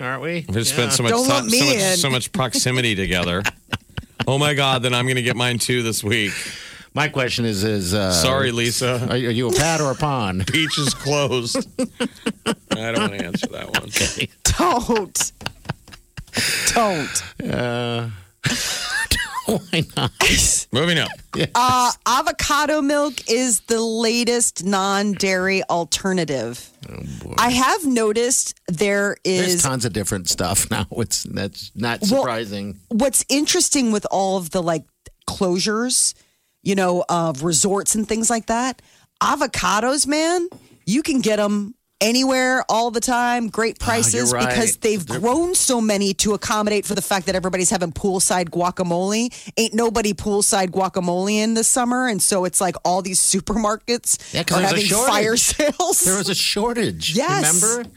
[SPEAKER 4] aren't we?
[SPEAKER 5] We've spent so much
[SPEAKER 3] Don't let
[SPEAKER 5] time, so
[SPEAKER 3] me
[SPEAKER 5] much,
[SPEAKER 3] in.
[SPEAKER 5] so much proximity together. oh my God! Then I'm going to get mine too this week.
[SPEAKER 4] My question is: Is uh,
[SPEAKER 5] Sorry, Lisa.
[SPEAKER 4] Are you, are you a pad or a pond?
[SPEAKER 5] Beach is closed. I don't want to answer that
[SPEAKER 3] Don't.
[SPEAKER 5] one.
[SPEAKER 3] Don't.
[SPEAKER 4] Why not?
[SPEAKER 5] Moving up.
[SPEAKER 3] Uh, avocado milk is the latest non dairy alternative.
[SPEAKER 4] Oh,
[SPEAKER 3] I have noticed there
[SPEAKER 4] There's
[SPEAKER 3] is
[SPEAKER 4] tons of different stuff now. It's that's not
[SPEAKER 3] Well-
[SPEAKER 4] surprising.
[SPEAKER 3] what's interesting with all of the like closures, you know, of resorts and things like that. Avocados, man, you can get them anywhere all the time, great prices
[SPEAKER 4] Ah, right.
[SPEAKER 3] because they've grown so many to accommodate for the fact that everybody's having poolside guacamole. Ain't nobody poolside guacamole in this summer, and so it's like all these supermarkets
[SPEAKER 4] Yeah, 'cause
[SPEAKER 3] are
[SPEAKER 4] there's a
[SPEAKER 3] having fire
[SPEAKER 4] shortage.
[SPEAKER 3] sales.
[SPEAKER 4] there was a shortage.
[SPEAKER 3] Yes.
[SPEAKER 4] remember?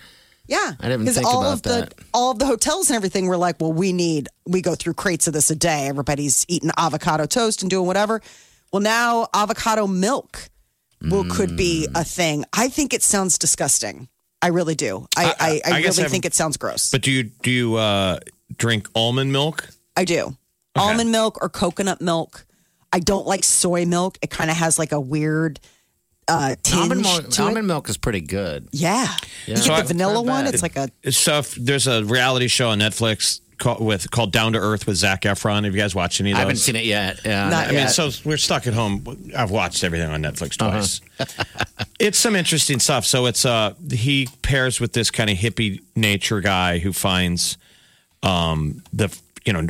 [SPEAKER 3] Yeah,
[SPEAKER 4] I didn't
[SPEAKER 3] 'Cause
[SPEAKER 4] think
[SPEAKER 3] all
[SPEAKER 4] about
[SPEAKER 3] of the
[SPEAKER 4] that.
[SPEAKER 3] all of the hotels and everything were like, well, we need we go through crates of this a day. Everybody's eating avocado toast and doing whatever. Well, now avocado milk will could be a thing. I think it sounds disgusting. I really do. I I, I,
[SPEAKER 5] I- I guess
[SPEAKER 3] really
[SPEAKER 5] I've-
[SPEAKER 3] think it sounds gross.
[SPEAKER 5] But do you do you uh, drink almond milk?
[SPEAKER 3] I do almond milk or coconut milk. I don't like soy milk. It kind of has like a weird uh, tinge
[SPEAKER 4] Almond, milk,
[SPEAKER 3] to it.
[SPEAKER 4] almond milk is pretty good.
[SPEAKER 3] Yeah. you get
[SPEAKER 4] So
[SPEAKER 3] the
[SPEAKER 4] I-
[SPEAKER 3] vanilla
[SPEAKER 4] not bad.
[SPEAKER 3] one. It's like a
[SPEAKER 5] Stuff. There's a reality show on Netflix called, with called Down to Earth with Zach Efron. Have you guys watched any of
[SPEAKER 4] I
[SPEAKER 5] those?
[SPEAKER 4] haven't seen it yet. Uh-huh. Yeah.
[SPEAKER 3] Not
[SPEAKER 5] I mean,
[SPEAKER 3] yet.
[SPEAKER 5] so we're stuck at home. I've watched everything on Netflix twice. it's some interesting stuff. So it's uh he pairs with this kind of hippie nature guy who finds um the you know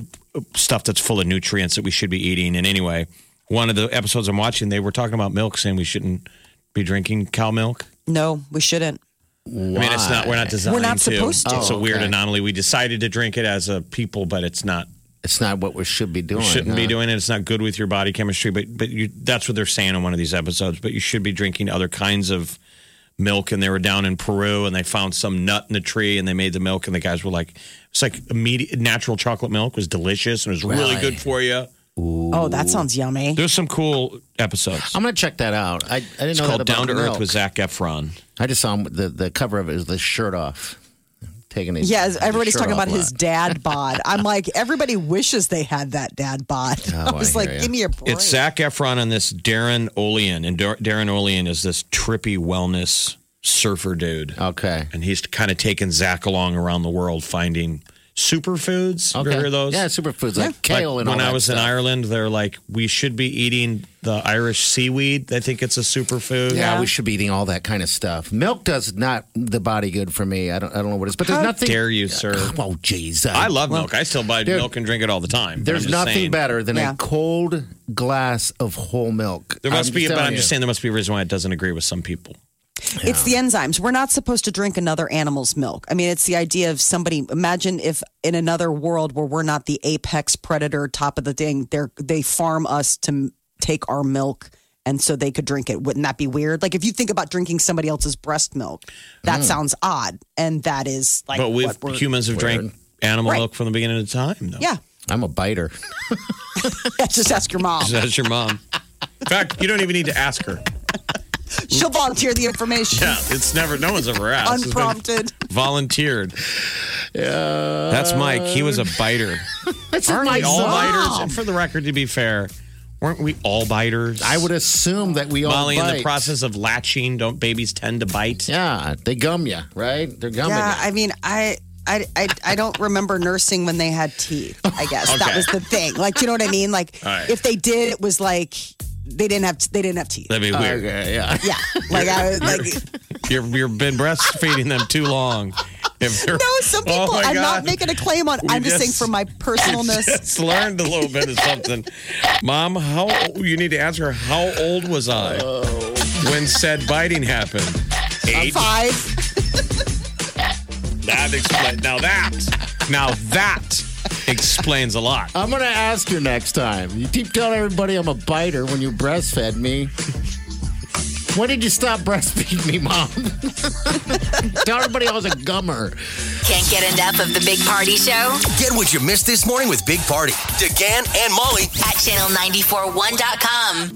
[SPEAKER 5] stuff that's full of nutrients that we should be eating. And anyway, one of the episodes I'm watching, they were talking about milk, saying we shouldn't be drinking cow milk.
[SPEAKER 3] no. We shouldn't.
[SPEAKER 5] I mean, it's not we're not designed.
[SPEAKER 3] We're not supposed to.
[SPEAKER 5] It's a
[SPEAKER 4] Oh,
[SPEAKER 5] weird
[SPEAKER 4] okay.
[SPEAKER 5] anomaly. We decided to drink it as a people, but it's not
[SPEAKER 4] It's not what we should be doing.
[SPEAKER 5] shouldn't be
[SPEAKER 4] huh?
[SPEAKER 5] doing it. It's not good with your body chemistry. But but you, that's what they're saying on one of these episodes. But you should be drinking other kinds of milk and they were down in Peru and they found some nut in the tree and they made the milk and the guys were like it's like immediate natural chocolate milk was delicious and it was really,
[SPEAKER 4] Really?
[SPEAKER 5] good for you.
[SPEAKER 3] Oh, that sounds yummy.
[SPEAKER 5] There's some cool episodes.
[SPEAKER 4] I'm gonna check that out. I, I didn't
[SPEAKER 5] It's
[SPEAKER 4] know
[SPEAKER 5] called
[SPEAKER 4] that
[SPEAKER 5] Down
[SPEAKER 4] about
[SPEAKER 5] to Earth
[SPEAKER 4] milk.
[SPEAKER 5] with Zach Efron.
[SPEAKER 4] I just saw him, the the cover of it is the shirt off, taking his
[SPEAKER 3] Yes,
[SPEAKER 4] his
[SPEAKER 3] everybody's
[SPEAKER 4] shirt
[SPEAKER 3] talking
[SPEAKER 4] off
[SPEAKER 3] about
[SPEAKER 4] a
[SPEAKER 3] his
[SPEAKER 4] lot.
[SPEAKER 3] dad bod. I'm like, everybody wishes they had that dad bod. I
[SPEAKER 4] I
[SPEAKER 3] was
[SPEAKER 4] hear
[SPEAKER 3] like,
[SPEAKER 4] ya.
[SPEAKER 3] give me a break.
[SPEAKER 5] It's Zach Efron and this Darren Olean, and Dar- Darren Olean is this trippy wellness surfer dude,
[SPEAKER 4] Okay.
[SPEAKER 5] and he's kind of taking Zach along around the world finding superfoods. You ever
[SPEAKER 4] Okay.
[SPEAKER 5] hear those?
[SPEAKER 4] Yeah, superfoods like
[SPEAKER 5] Like,
[SPEAKER 4] kale and all
[SPEAKER 5] when I
[SPEAKER 4] that
[SPEAKER 5] was in
[SPEAKER 4] stuff.
[SPEAKER 5] Ireland, they're like, we should be eating the Irish seaweed. I think it's a superfood.
[SPEAKER 4] Yeah, we should be eating all that kind of stuff. Milk does not the body good for me. I don't. I don't know what it is, but there's
[SPEAKER 5] How
[SPEAKER 4] nothing.
[SPEAKER 5] dare you, sir.
[SPEAKER 4] Oh, jeez.
[SPEAKER 5] I love milk. I still buy
[SPEAKER 4] dude,
[SPEAKER 5] milk and drink it all the time. but
[SPEAKER 4] There's
[SPEAKER 5] I'm just
[SPEAKER 4] nothing
[SPEAKER 5] saying.
[SPEAKER 4] better than
[SPEAKER 3] Yeah.
[SPEAKER 4] a cold glass of whole milk.
[SPEAKER 5] There must be, but
[SPEAKER 4] telling
[SPEAKER 5] I'm just saying
[SPEAKER 4] you.
[SPEAKER 5] there must be a reason why it doesn't agree with some people.
[SPEAKER 3] It's the enzymes. We're not supposed to drink another animal's milk. I mean, it's the idea of somebody. Imagine if in another world where we're not the apex predator, top of the thing, they they farm us to m- take our milk, and so they could drink it. Wouldn't that be weird? Like if you think about drinking somebody else's breast milk, that sounds odd, and that is like
[SPEAKER 5] but we've
[SPEAKER 3] what we're-
[SPEAKER 5] humans have drank animal
[SPEAKER 3] Right.
[SPEAKER 5] milk from the beginning of time. Though.
[SPEAKER 3] Yeah,
[SPEAKER 4] I'm a biter.
[SPEAKER 3] just ask your mom.
[SPEAKER 5] That's your mom. In fact, you don't even need to ask her.
[SPEAKER 3] She'll volunteer the information
[SPEAKER 5] Yeah, it's never. No one's ever asked. It's been
[SPEAKER 3] unprompted.
[SPEAKER 5] volunteered. Yeah, that's Mike. He was a biter.
[SPEAKER 4] That's
[SPEAKER 5] Aren't we
[SPEAKER 4] my
[SPEAKER 5] all
[SPEAKER 4] song.
[SPEAKER 5] biters? And for the record, to be fair, weren't we all biters?
[SPEAKER 4] I would assume that we all
[SPEAKER 5] Molly, in the
[SPEAKER 4] bite.
[SPEAKER 5] process of latching, don't babies tend to bite?
[SPEAKER 4] Yeah, they gum you, right? They're
[SPEAKER 5] Oh
[SPEAKER 4] gumming.
[SPEAKER 3] Yeah,
[SPEAKER 4] ya.
[SPEAKER 3] I mean, I. I, I, I don't remember nursing when they had teeth, I guess. That
[SPEAKER 5] Okay.
[SPEAKER 3] was the thing. Like, you know what I mean? Like
[SPEAKER 5] All right.
[SPEAKER 3] if they did, it was like they didn't have they didn't have teeth.
[SPEAKER 5] That'd be weird.
[SPEAKER 4] Okay, yeah.
[SPEAKER 3] Yeah. Like I was like
[SPEAKER 5] Uh, You're, you've been breastfeeding them too long. If they're-
[SPEAKER 3] No, some
[SPEAKER 5] Oh,
[SPEAKER 3] people
[SPEAKER 5] my
[SPEAKER 3] I'm
[SPEAKER 5] God.
[SPEAKER 3] not making a claim on
[SPEAKER 5] We
[SPEAKER 3] I'm just, saying
[SPEAKER 5] just-
[SPEAKER 3] from my personalness.
[SPEAKER 5] Just learned a little bit of something. Mom, how you need to answer how old was I when said biting happened?
[SPEAKER 3] I'm
[SPEAKER 5] Eight.
[SPEAKER 3] five.
[SPEAKER 5] That explains now that now that explains a lot.
[SPEAKER 3] Oh,
[SPEAKER 4] I'm gonna ask you next time. You keep telling everybody I'm a biter when you breastfed me. When did you stop breastfeeding me, mom? Tell everybody I was a gummer.
[SPEAKER 2] Can't get enough of the Big Party Show
[SPEAKER 1] Get what you missed this morning with Big Party, DeGan and Molly.
[SPEAKER 2] at channel941.com.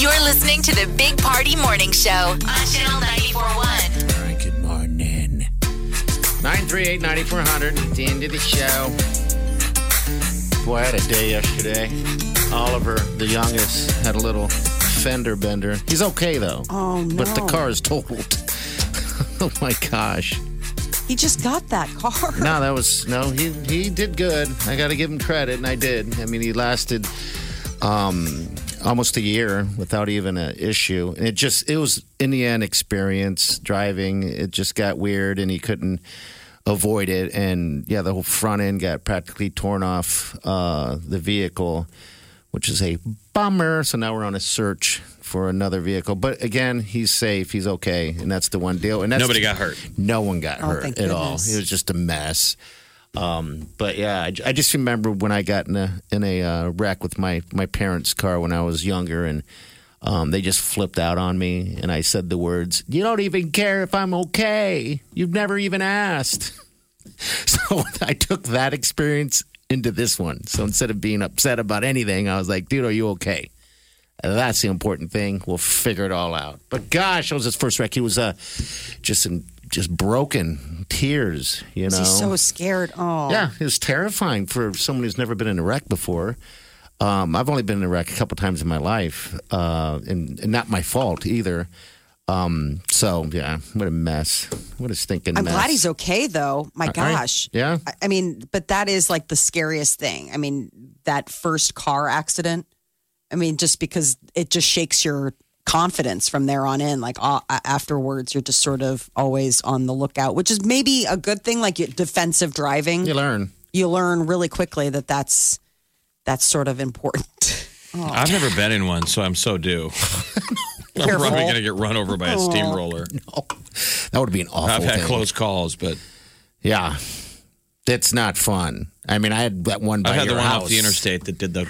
[SPEAKER 2] You're listening to the Big Party Morning Show on Channel 941.
[SPEAKER 4] All right, good morning. 938-9400, it's the end of the show. Boy, I had a day yesterday. Oliver, the youngest, had a little fender bender. He's okay, though.
[SPEAKER 3] Oh no.
[SPEAKER 4] But the car is totaled. oh, my gosh.
[SPEAKER 3] He just got that car.
[SPEAKER 4] No, that was no. He he did good. I got to give him credit, and I did. I mean, he lasted um, almost a year without even an issue. And it just it was in the end experience driving. It just got weird, and he couldn't avoid it. And yeah, the whole front end got practically torn off uh, the vehicle, which is a bummer. So now we're on a search. For another vehicle, but again, he's safe. He's okay, and that's the one deal. And that's
[SPEAKER 5] Nobody got hurt.
[SPEAKER 4] no one got hurt
[SPEAKER 3] Oh, thank
[SPEAKER 4] at all.
[SPEAKER 3] goodness.
[SPEAKER 4] It was just a mess. Um, but yeah, I, I just remember when I got in a in a uh, wreck with my my parents' car when I was younger, and Um, they just flipped out on me, and I said the words, You don't even care if I'm okay. You've never even asked. So I took that experience into this one. So instead of being upset about anything, I was like, Dude, are you okay? That's the important thing. We'll figure it all out. But gosh, that was his first wreck. He was uh, just in just broken tears, you know.
[SPEAKER 3] He's so scared. Oh,
[SPEAKER 4] Yeah, it was terrifying for someone who's never been in a wreck before. Um, I've only been in a wreck a couple times in my life, uh, and, and not my fault either. Um, so yeah, what a mess! What a stinking
[SPEAKER 3] I'm
[SPEAKER 4] mess!
[SPEAKER 3] glad he's okay though. My
[SPEAKER 4] All right.
[SPEAKER 3] gosh.
[SPEAKER 4] Yeah.
[SPEAKER 3] I- I mean, but that is like the scariest thing. I mean, that first car accident. I mean, just because it just shakes your confidence from there on in. Like a- a- afterwards, you're just sort of always on the lookout, which is maybe a good thing. Like you- defensive driving,
[SPEAKER 4] You learn.
[SPEAKER 3] You learn really quickly that that's that's sort of important.
[SPEAKER 5] I've never been in one, so I'm so due. I'm
[SPEAKER 3] Careful.
[SPEAKER 5] probably going to get run over by a
[SPEAKER 3] Oh.
[SPEAKER 5] steamroller.
[SPEAKER 4] That would be an awful.
[SPEAKER 5] I've had
[SPEAKER 4] thing.
[SPEAKER 5] close calls, but
[SPEAKER 4] yeah, that's not fun. I mean, I had that one. By
[SPEAKER 5] I've had the
[SPEAKER 4] your
[SPEAKER 5] one
[SPEAKER 4] house.
[SPEAKER 5] off the interstate that did the.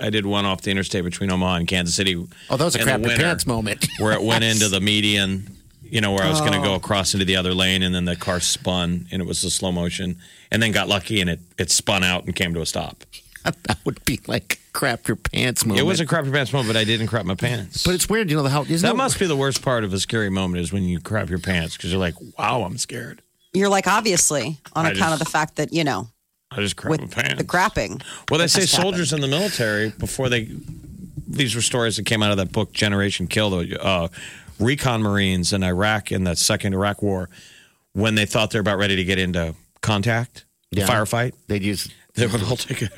[SPEAKER 5] I did one off the interstate between Omaha and Kansas City.
[SPEAKER 4] Oh, that was a
[SPEAKER 5] in the
[SPEAKER 4] crap your
[SPEAKER 5] winter,
[SPEAKER 4] pants moment.
[SPEAKER 5] where it went into the median. You know where I was going to
[SPEAKER 4] Oh.
[SPEAKER 5] go across into the other lane, and then the car spun, and it was a slow motion, and then got lucky, and it it spun out and came to a stop.
[SPEAKER 4] that would be like crap your pants moment.
[SPEAKER 5] It wasn't crap your pants moment, but I didn't crap my pants.
[SPEAKER 4] Oh, But it's weird, you know. The how isn't
[SPEAKER 5] that
[SPEAKER 4] it-
[SPEAKER 5] must be the worst part of a scary moment is when you crap your pants because you're like, "Wow, I'm scared."
[SPEAKER 3] You're like obviously on
[SPEAKER 5] I
[SPEAKER 3] account of
[SPEAKER 5] just-
[SPEAKER 3] the fact that you know
[SPEAKER 5] I just crap my
[SPEAKER 3] with
[SPEAKER 5] pants.
[SPEAKER 3] the crapping.
[SPEAKER 5] Well, they
[SPEAKER 3] that
[SPEAKER 5] say
[SPEAKER 3] must happen.
[SPEAKER 5] soldiers in the military before they. These were stories that came out of that book, Generation Kill, the uh, recon Marines in Iraq in the Second Iraq War, when they thought they're about ready to get into contact,
[SPEAKER 4] Yeah.
[SPEAKER 5] firefight,
[SPEAKER 4] they'd use.
[SPEAKER 5] They would all take a.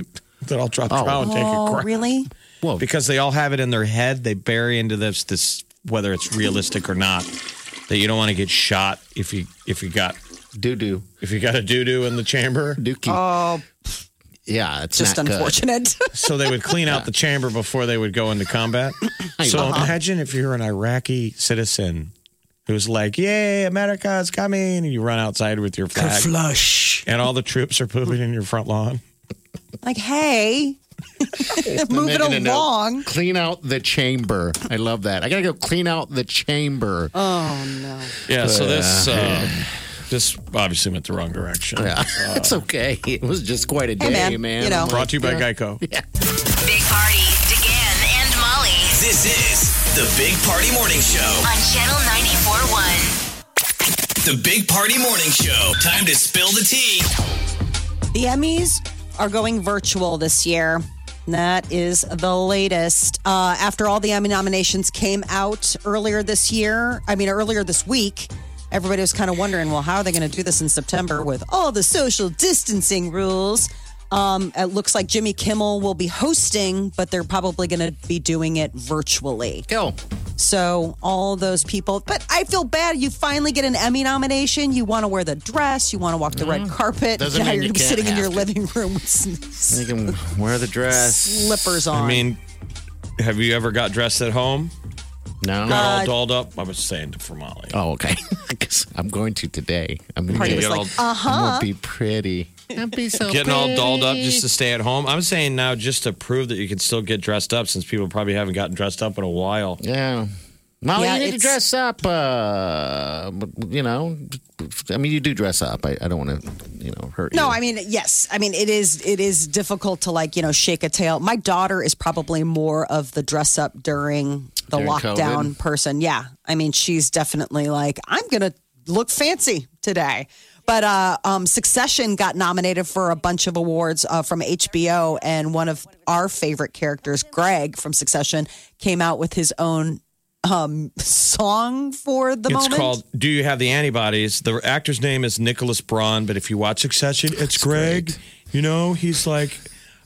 [SPEAKER 5] They'd all drop
[SPEAKER 4] Oh.
[SPEAKER 5] down and take a
[SPEAKER 3] Oh,
[SPEAKER 5] crap.
[SPEAKER 3] really?
[SPEAKER 4] Well,
[SPEAKER 5] because they all have it in their head, they bury into this this whether it's realistic or not that you don't want to get shot if you if you got
[SPEAKER 4] doo doo
[SPEAKER 5] if you got a doo doo in the chamber
[SPEAKER 4] dookie.
[SPEAKER 3] Oh,
[SPEAKER 4] yeah, it's
[SPEAKER 3] just
[SPEAKER 4] not good.
[SPEAKER 3] unfortunate.
[SPEAKER 5] so they would clean out the chamber before they would go into combat. so imagine if you're an Iraqi citizen who's like, "Yay, America's coming!" and you run outside with your flag,
[SPEAKER 3] flush,
[SPEAKER 5] and all the troops are pooping in your front lawn.
[SPEAKER 3] like, hey, move it
[SPEAKER 4] Making a note.
[SPEAKER 3] along.
[SPEAKER 4] Clean out the chamber. I love that. I gotta go clean out the chamber.
[SPEAKER 3] Oh no.
[SPEAKER 5] Yeah. So this uh, this obviously went the wrong direction.
[SPEAKER 4] yeah, it's okay. It was just quite a day,
[SPEAKER 3] Hey,
[SPEAKER 4] man.
[SPEAKER 3] man, you know.
[SPEAKER 4] I'm
[SPEAKER 5] Brought
[SPEAKER 4] like,
[SPEAKER 5] to you by
[SPEAKER 4] yeah.
[SPEAKER 5] Geico.
[SPEAKER 2] Big Party, DeGan and Molly
[SPEAKER 1] This is the Big Party Morning Show.
[SPEAKER 2] on Channel 94.1.
[SPEAKER 1] The Big Party Morning Show. Time to spill the tea.
[SPEAKER 3] The Emmys are going virtual this year. That is the latest. Uh, after all the Emmy nominations came out earlier this year, I mean, earlier this week, everybody was kind of wondering, well, how are they going to do this in September with all the social distancing rules? Um, it looks like Jimmy Kimmel will be hosting, but they're probably going to be doing it virtually.
[SPEAKER 4] Go.
[SPEAKER 3] So all those people, but I feel bad. You finally get an Emmy nomination. You want to wear the dress. You want to walk the red carpet.
[SPEAKER 4] Mm. Doesn't
[SPEAKER 3] now
[SPEAKER 4] mean
[SPEAKER 3] you're
[SPEAKER 4] you
[SPEAKER 3] gonna be
[SPEAKER 4] can't
[SPEAKER 3] sitting in
[SPEAKER 4] have
[SPEAKER 3] your
[SPEAKER 4] to.
[SPEAKER 3] living room with sn-
[SPEAKER 4] You can wear the dress.
[SPEAKER 3] slippers on.
[SPEAKER 5] I mean, have you ever got dressed at home?
[SPEAKER 4] No.
[SPEAKER 5] Got all dolled up? I was saying to for Molly.
[SPEAKER 4] oh, okay. I guess I'm going to today. I'm gonna
[SPEAKER 3] Party was
[SPEAKER 4] get-
[SPEAKER 5] get
[SPEAKER 3] like,
[SPEAKER 5] all-
[SPEAKER 3] uh
[SPEAKER 4] I'm
[SPEAKER 3] huh.
[SPEAKER 4] gonna be pretty. I'll be so
[SPEAKER 5] Getting all dolled up
[SPEAKER 4] pretty.
[SPEAKER 5] just to stay at home. I'm saying now just to prove that you can still get dressed up since people probably haven't gotten dressed up in a while.
[SPEAKER 4] Yeah. Molly,
[SPEAKER 3] Yeah,
[SPEAKER 4] you need to
[SPEAKER 3] it's-
[SPEAKER 4] dress up. Uh, but, you know, I mean, you do dress up. I, I don't want to, you know, hurt you.
[SPEAKER 3] No, I mean yes. I mean it is it is difficult to like you know shake a tail. My daughter is probably more of the dress up during the
[SPEAKER 4] During
[SPEAKER 3] lockdown
[SPEAKER 4] COVID?
[SPEAKER 3] person. Yeah, I mean she's definitely like I'm gonna look fancy today. But uh, um, Succession got nominated for a bunch of awards uh, from HBO, and one of our favorite characters, Greg from Succession, came out with his own um, song for the
[SPEAKER 5] it's
[SPEAKER 3] moment.
[SPEAKER 5] called Do You Have the Antibodies? The actor's name is Nicholas Braun, but if you watch Succession, it's Greg. You know, he's like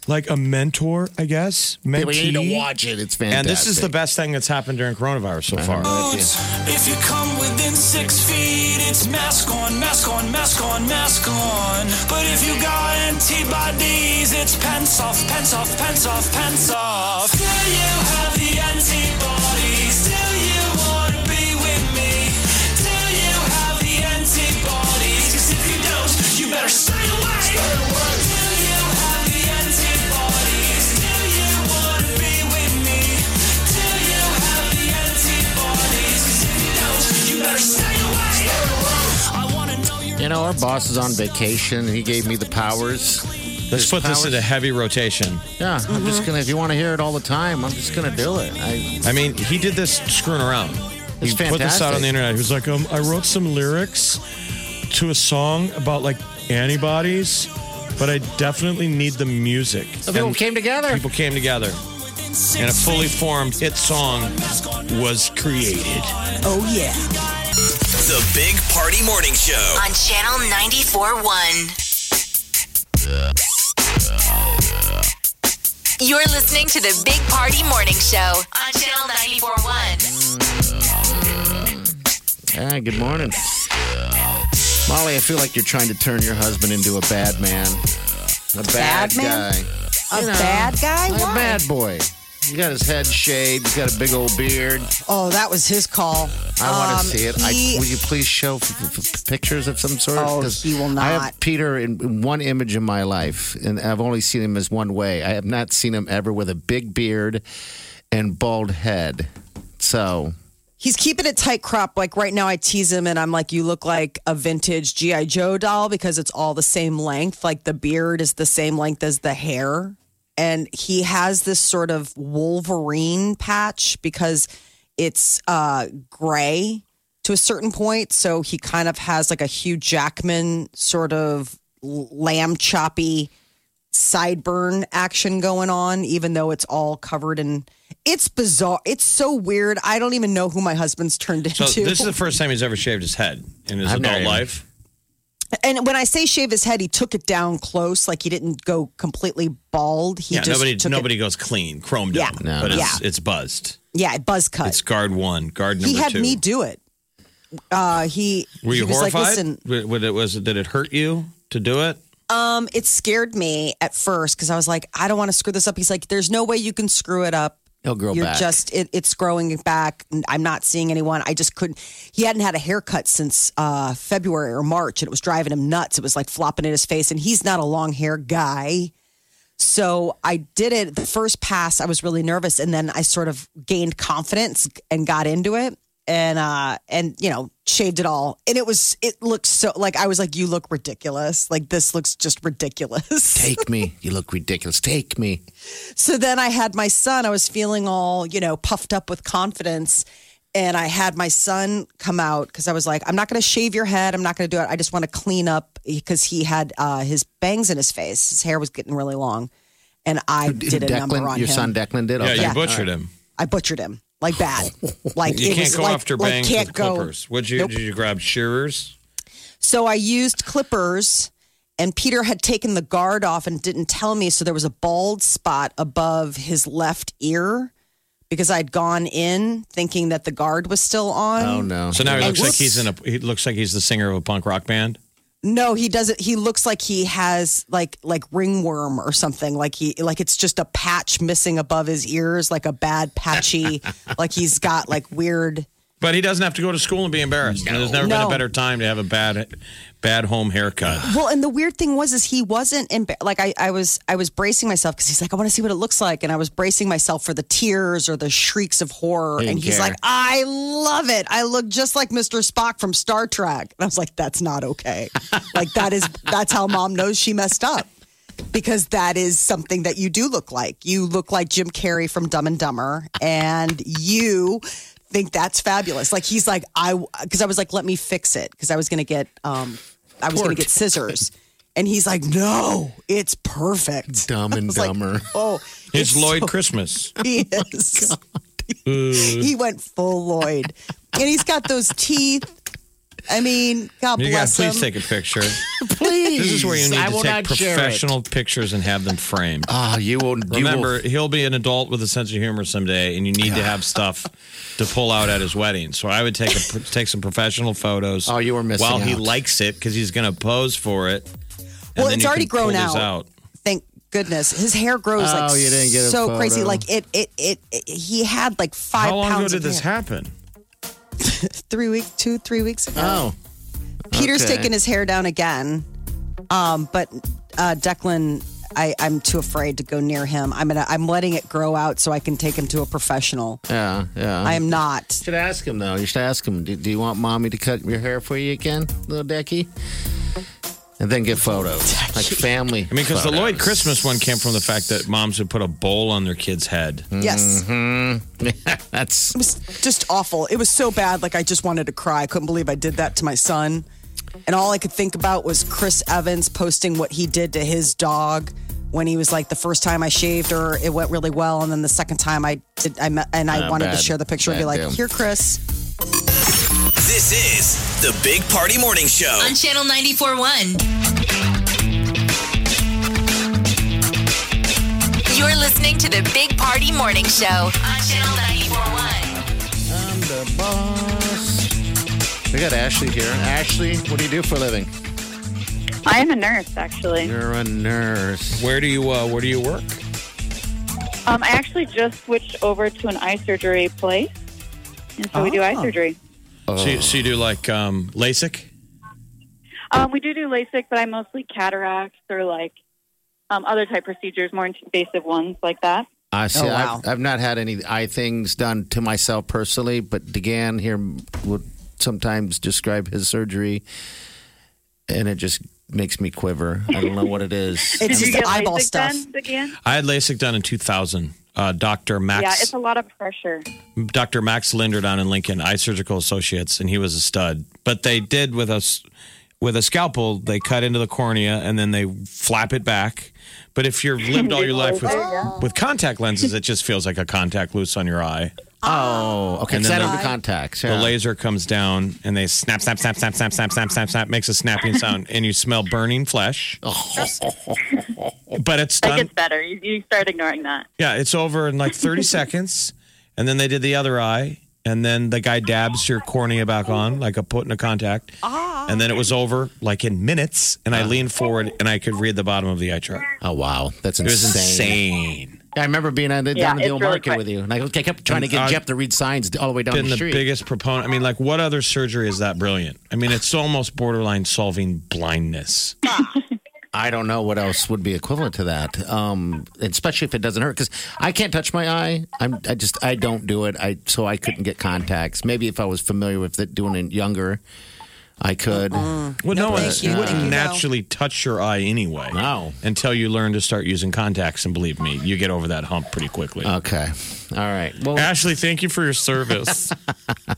[SPEAKER 5] like a mentor, I guess.
[SPEAKER 4] Hey, we need to
[SPEAKER 5] mentee.
[SPEAKER 4] watch it. It's fantastic.
[SPEAKER 5] And this is the best thing that's happened during coronavirus so far.
[SPEAKER 6] If you come within six feet, it's mask on, mask on, mask on, mask on. But if you got antibodies, it's pants off, pants off, pants off, pants off. Do you have the antibodies? Do you want to be with me? Do you have the antibodies? 'Cause if you don't, you better stay away. Do you have the antibodies? Do you want to be with me? Do you have
[SPEAKER 4] our boss is on vacation. He gave me the powers.
[SPEAKER 5] Let's
[SPEAKER 4] His
[SPEAKER 5] put this
[SPEAKER 4] powers.
[SPEAKER 5] in a heavy rotation.
[SPEAKER 4] Yeah, I'm
[SPEAKER 3] Mm-hmm.
[SPEAKER 4] just gonna. If you want to hear it all the time, I'm just gonna do it. I,
[SPEAKER 5] I mean, he did this screwing around.
[SPEAKER 4] It's
[SPEAKER 5] he put this out on
[SPEAKER 4] fantastic.
[SPEAKER 5] the internet. He was like, um, I wrote some lyrics to a song about like antibodies, but I definitely need the music.
[SPEAKER 4] So people came together.
[SPEAKER 5] People came together. And a fully formed hit song was created.
[SPEAKER 3] Oh, yeah.
[SPEAKER 1] The Big Party Morning Show.
[SPEAKER 2] on Channel 94.1. You're listening to the Big Party Morning Show on Channel 94.1.
[SPEAKER 4] Yeah, good morning. Molly, I feel like you're trying to turn your husband into a bad man. A bad,
[SPEAKER 3] Bad man?
[SPEAKER 4] guy.
[SPEAKER 3] A bad guy?
[SPEAKER 4] Like a
[SPEAKER 3] Why?
[SPEAKER 4] bad boy. He's got his head shaved. He's got a big old beard.
[SPEAKER 3] Oh, that was his call.
[SPEAKER 4] I want
[SPEAKER 3] Um,
[SPEAKER 4] to see it.
[SPEAKER 3] he-
[SPEAKER 4] I, will you please show f- f- pictures of some sort?
[SPEAKER 3] Oh,
[SPEAKER 4] 'Cause
[SPEAKER 3] he will
[SPEAKER 4] I
[SPEAKER 3] not.
[SPEAKER 4] have Peter in, in one image in my life, and I've only seen him as one way. I have not seen him ever with a big beard and bald head. So
[SPEAKER 3] He's keeping it tight crop. Like right now, I tease him and I'm like, you look like a vintage G.I. Joe doll because it's all the same length. Like the beard is the same length as the hair. And he has this sort of Wolverine patch because it's uh, gray to a certain point. So he kind of has like a Hugh Jackman sort of l- lamb choppy sideburn action going on, even though it's all covered in. It's bizarre. It's so weird. I don't even know who my husband's turned
[SPEAKER 5] So
[SPEAKER 3] into.
[SPEAKER 5] this is the first time he's ever shaved his head in his
[SPEAKER 4] I've
[SPEAKER 5] adult
[SPEAKER 4] never even-
[SPEAKER 5] life.
[SPEAKER 3] and when I say shave his head, he took it down close. Like he didn't go completely bald. He
[SPEAKER 5] yeah,
[SPEAKER 3] just
[SPEAKER 5] nobody
[SPEAKER 3] took
[SPEAKER 5] nobody
[SPEAKER 3] It,
[SPEAKER 5] goes clean, chromed
[SPEAKER 3] Yeah.
[SPEAKER 5] up.
[SPEAKER 3] No.
[SPEAKER 5] But it's
[SPEAKER 3] Yeah.
[SPEAKER 5] it's buzzed.
[SPEAKER 3] yeah, buzz cut.
[SPEAKER 5] It's guard one, guard number
[SPEAKER 3] he had
[SPEAKER 5] two.
[SPEAKER 3] me do it. Uh, he
[SPEAKER 5] Were
[SPEAKER 3] he
[SPEAKER 5] you
[SPEAKER 3] was
[SPEAKER 5] horrified?
[SPEAKER 3] like, listen,
[SPEAKER 5] W- would it, was it, did it hurt you to do it?
[SPEAKER 3] Um, it scared me at first because I was like, I don't want to screw this up. He's like, there's no way you can screw it up.
[SPEAKER 4] he'll grow
[SPEAKER 3] You're
[SPEAKER 4] back.
[SPEAKER 3] just it, it's growing back. I'm not seeing anyone. I just couldn't. He hadn't had a haircut since uh, February or March, and it was driving him nuts. It was like flopping in his face, and he's not a long hair guy. So I did it the first pass. I was really nervous, and then I sort of gained confidence and got into it, and uh, and you know shaved it all, and it was it looked so like I was like, you look ridiculous. Like this looks just ridiculous.
[SPEAKER 4] Take me. You look ridiculous. Take me.
[SPEAKER 3] So then I had my son. I was feeling all, you know, puffed up with confidence. And I had my son come out because I was like, I'm not going to shave your head. I'm not going to do it. I just want to clean up because he had uh, his bangs in his face. His hair was getting really long. And I did a
[SPEAKER 4] Declan,
[SPEAKER 3] number on
[SPEAKER 4] your
[SPEAKER 3] him.
[SPEAKER 4] son Declan did.
[SPEAKER 5] Yeah,
[SPEAKER 4] Okay.
[SPEAKER 5] you butchered him.
[SPEAKER 3] I butchered him like bad. Like
[SPEAKER 5] You
[SPEAKER 3] it
[SPEAKER 5] can't
[SPEAKER 3] was
[SPEAKER 5] go
[SPEAKER 3] like,
[SPEAKER 5] after
[SPEAKER 3] like,
[SPEAKER 5] bangs
[SPEAKER 3] can't
[SPEAKER 5] with
[SPEAKER 3] go.
[SPEAKER 5] clippers. Would you?
[SPEAKER 3] Nope.
[SPEAKER 5] Did you grab shearers?
[SPEAKER 3] So I used clippers, and Peter had taken the guard off and didn't tell me. So there was a bald spot above his left ear because I'd gone in thinking that the guard was still on.
[SPEAKER 4] Oh no.
[SPEAKER 5] So now he
[SPEAKER 3] I
[SPEAKER 5] looks like
[SPEAKER 3] was-
[SPEAKER 5] he's in a. He looks like he's the singer of a punk rock band.
[SPEAKER 3] No, he doesn't. He looks like he has like like ringworm or something. Like he like it's just a patch missing above his ears, like a bad patchy. like he's got like weird.
[SPEAKER 5] But he doesn't have to go to school and be embarrassed. And There's never been
[SPEAKER 3] No.
[SPEAKER 5] a better time to have a bad, bad home haircut.
[SPEAKER 3] Well, and the weird thing was, is he wasn't emba- like I, I was, I was bracing myself because he's like, I want to see what it looks like, and I was bracing myself for the tears or the shrieks of horror,
[SPEAKER 4] Didn't
[SPEAKER 3] and he's
[SPEAKER 4] care.
[SPEAKER 3] like, I love it. I look just like Mr. Spock from Star Trek, and I was like, that's not okay. like that is that's how mom knows she messed up because that is something that you do look like. You look like Jim Carrey from Dumb and Dumber, and you think that's fabulous. Like he's like I because I was like, let me fix it because I was gonna get um I was gonna get scissors, and he's like, no, it's perfect.
[SPEAKER 4] Dumb and
[SPEAKER 3] I was like,
[SPEAKER 4] dumber.
[SPEAKER 3] oh,
[SPEAKER 5] It's Lloyd
[SPEAKER 3] so-
[SPEAKER 5] Christmas.
[SPEAKER 3] he is. he went full Lloyd, and he's got those teeth. I mean, God
[SPEAKER 5] You
[SPEAKER 3] bless
[SPEAKER 5] guys, please
[SPEAKER 3] him.
[SPEAKER 5] take a picture.
[SPEAKER 4] please.
[SPEAKER 5] This is where you need
[SPEAKER 4] I
[SPEAKER 5] to
[SPEAKER 4] will
[SPEAKER 5] take
[SPEAKER 4] not share it.
[SPEAKER 5] professional pictures and have them framed.
[SPEAKER 4] Ah, you will. you will-
[SPEAKER 5] Remember, he'll be an adult with a sense of humor someday, and you need to have stuff to pull out at his wedding. So I would take a, take some professional photos.
[SPEAKER 4] Oh, you were missing
[SPEAKER 5] While he
[SPEAKER 4] out.
[SPEAKER 5] likes it, because he's going to pose for it. and
[SPEAKER 3] Well,
[SPEAKER 5] then
[SPEAKER 3] it's
[SPEAKER 5] you
[SPEAKER 3] already
[SPEAKER 5] can pull
[SPEAKER 3] grown
[SPEAKER 5] these
[SPEAKER 3] out. Thank goodness, his hair grows like
[SPEAKER 4] Oh, you didn't get a
[SPEAKER 3] so
[SPEAKER 4] photo.
[SPEAKER 3] crazy. Like it, it, it, it- He had like five
[SPEAKER 5] How long ago
[SPEAKER 3] pounds
[SPEAKER 5] did
[SPEAKER 3] of
[SPEAKER 5] this
[SPEAKER 3] hair.
[SPEAKER 5] happen?
[SPEAKER 3] Three weeks, two, three weeks ago.
[SPEAKER 4] Oh,
[SPEAKER 3] Peter's
[SPEAKER 4] okay.
[SPEAKER 3] taking his hair down again. Um, but uh, Declan, I, I'm too afraid to go near him. I'm gonna, I'm letting it grow out so I can take him to a professional.
[SPEAKER 4] yeah, yeah.
[SPEAKER 3] I am not.
[SPEAKER 4] should ask him though. You should ask him. Do, do you want mommy to cut your hair for you again, little Decky? and then get photos, like family.
[SPEAKER 5] I mean, because the Lloyd Christmas one came from the fact that moms would put a bowl on their kid's head.
[SPEAKER 4] Hmm.
[SPEAKER 3] Yes.
[SPEAKER 4] Mm. That's
[SPEAKER 3] It was just awful. It was so bad. Like I just wanted to cry. I couldn't believe I did that to my son. And all I could think about was Chris Evans posting what he did to his dog when he was like the first time I shaved her, it went really well, and then the second time I did, I met, and I
[SPEAKER 1] Ah,
[SPEAKER 3] wanted to
[SPEAKER 1] bad.
[SPEAKER 3] share the picture and be
[SPEAKER 1] Bad
[SPEAKER 3] like,
[SPEAKER 1] deal.
[SPEAKER 3] "Here, Chris."
[SPEAKER 1] This is the Big Party Morning Show.
[SPEAKER 2] on Channel 94.1. You're listening to the Big Party Morning Show on Channel 94.1.
[SPEAKER 4] I'm the boss. We got Ashley here. Ashley, what do you do for a living?
[SPEAKER 10] I am a nurse, actually.
[SPEAKER 4] You're a nurse.
[SPEAKER 5] Where do you uh, Where do you work?
[SPEAKER 10] Um, I actually just switched over to an eye surgery place, and so we do
[SPEAKER 3] Oh,
[SPEAKER 10] eye surgery.
[SPEAKER 5] So,
[SPEAKER 4] Oh.
[SPEAKER 5] you, so you do like um, LASIK?
[SPEAKER 10] Um, we do do LASIK, but I mostly cataracts or like um, other type procedures, more invasive ones like that.
[SPEAKER 4] I see.
[SPEAKER 10] Oh, wow.
[SPEAKER 4] I've, I've not had any eye things done to myself personally, but DeGan here would sometimes describe his surgery, and it just makes me quiver. I don't know what it is.
[SPEAKER 10] Did you
[SPEAKER 4] I'm-
[SPEAKER 10] get
[SPEAKER 3] eyeball
[SPEAKER 10] LASIK
[SPEAKER 3] stuff.
[SPEAKER 10] done again?
[SPEAKER 5] I had LASIK done in 2000. Uh, Dr.
[SPEAKER 10] Yeah,
[SPEAKER 5] Max
[SPEAKER 10] it's a lot of pressure.
[SPEAKER 5] Dr. Max Linder down in Lincoln Eye Surgical Associates, and he was a stud. But they did with us with a scalpel, they cut into the cornea and then they flap it back. But if you've lived all your life with with contact lenses, it just feels like a contact loose on your eye.
[SPEAKER 4] Oh, okay.
[SPEAKER 5] And
[SPEAKER 4] 'cause I
[SPEAKER 5] then
[SPEAKER 4] don't
[SPEAKER 5] the-
[SPEAKER 4] do contacts.
[SPEAKER 5] The
[SPEAKER 4] yeah.
[SPEAKER 5] laser comes down and they snap, snap, snap, snap, snap, snap, snap, snap, snap, makes a snapping sound, and you smell burning flesh. but it's
[SPEAKER 10] That
[SPEAKER 5] done.
[SPEAKER 10] gets better. You, you start ignoring that.
[SPEAKER 5] Yeah, it's over in like 30 seconds. And then they did the other eye. And then the guy dabs your cornea back on, like a put in a contact. And then it was over like in minutes. And I leaned forward and I could read the bottom of the eye chart.
[SPEAKER 4] Oh, wow. That's
[SPEAKER 5] It was
[SPEAKER 4] insane.
[SPEAKER 5] insane.
[SPEAKER 4] I remember being at, down
[SPEAKER 5] Yeah,
[SPEAKER 4] at the
[SPEAKER 5] it's
[SPEAKER 4] old
[SPEAKER 5] really
[SPEAKER 4] market
[SPEAKER 5] quick.
[SPEAKER 4] with you, and I I kept trying to
[SPEAKER 5] And
[SPEAKER 4] get
[SPEAKER 5] I-
[SPEAKER 4] Jeff to read signs all the way down
[SPEAKER 5] Been
[SPEAKER 4] the
[SPEAKER 5] the,
[SPEAKER 4] street.
[SPEAKER 5] biggest proponent. I mean, like, what other surgery is that brilliant? I mean, it's almost borderline solving blindness.
[SPEAKER 4] I don't know what else would be equivalent to that, um, especially if it doesn't hurt. Because I can't touch my eye. I'm, I just I don't do it. I so I couldn't get contacts. Maybe if I was familiar with it, doing it younger, I could.
[SPEAKER 5] Well, no,
[SPEAKER 4] But,
[SPEAKER 5] it's- you
[SPEAKER 4] uh,
[SPEAKER 5] wouldn't naturally touch your eye anyway. No. Until you learn to start using contacts. And believe me, you get over that hump pretty quickly.
[SPEAKER 4] Okay. All right. Well,
[SPEAKER 5] Ashley, thank you for your service.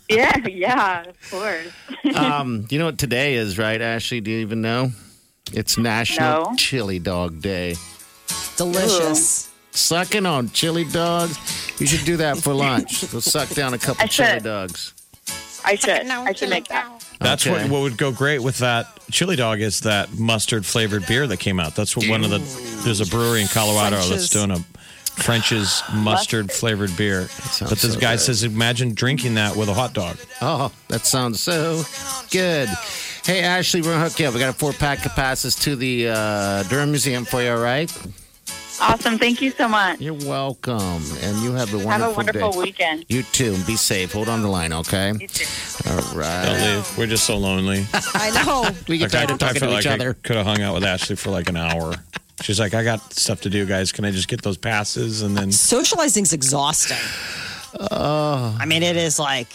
[SPEAKER 10] Yeah, yeah, of course.
[SPEAKER 4] um, you know what today is, right, Ashley? Do you even know? It's National
[SPEAKER 10] No.
[SPEAKER 4] Chili Dog Day.
[SPEAKER 3] Delicious.
[SPEAKER 4] Sucking on chili dogs. You should do that for lunch. Go suck down a couple
[SPEAKER 10] I
[SPEAKER 4] chili
[SPEAKER 10] should.
[SPEAKER 4] dogs.
[SPEAKER 10] I should. I should make that.
[SPEAKER 5] That's
[SPEAKER 4] Okay.
[SPEAKER 5] what, what would go great with that chili dog is that mustard flavored beer that came out. That's what one of the there's a brewery in Colorado that's
[SPEAKER 4] French's.
[SPEAKER 5] doing a French's mustard flavored beer. But this
[SPEAKER 4] so
[SPEAKER 5] guy
[SPEAKER 4] good.
[SPEAKER 5] says, imagine drinking that with a hot dog.
[SPEAKER 4] Oh, that sounds so good. Hey, Ashley, we're going to hook you up. We got a four pack of passes to the uh, Durham Museum for you, all right?
[SPEAKER 10] Awesome. Thank you so much.
[SPEAKER 4] You're welcome. And you have a wonderful
[SPEAKER 10] Have a wonderful
[SPEAKER 4] day.
[SPEAKER 10] weekend.
[SPEAKER 4] You too. Be safe. Hold on the line, okay? All right.
[SPEAKER 5] Don't leave. We're just so lonely.
[SPEAKER 3] I know.
[SPEAKER 4] we
[SPEAKER 5] Like,
[SPEAKER 4] get tired of talking to
[SPEAKER 5] felt
[SPEAKER 4] each
[SPEAKER 5] like
[SPEAKER 4] other.
[SPEAKER 5] Could have hung out with Ashley for like an hour. She's like, I got stuff to do, guys. Can I just get those passes? And then
[SPEAKER 3] Socializing's exhausting. I mean, it is like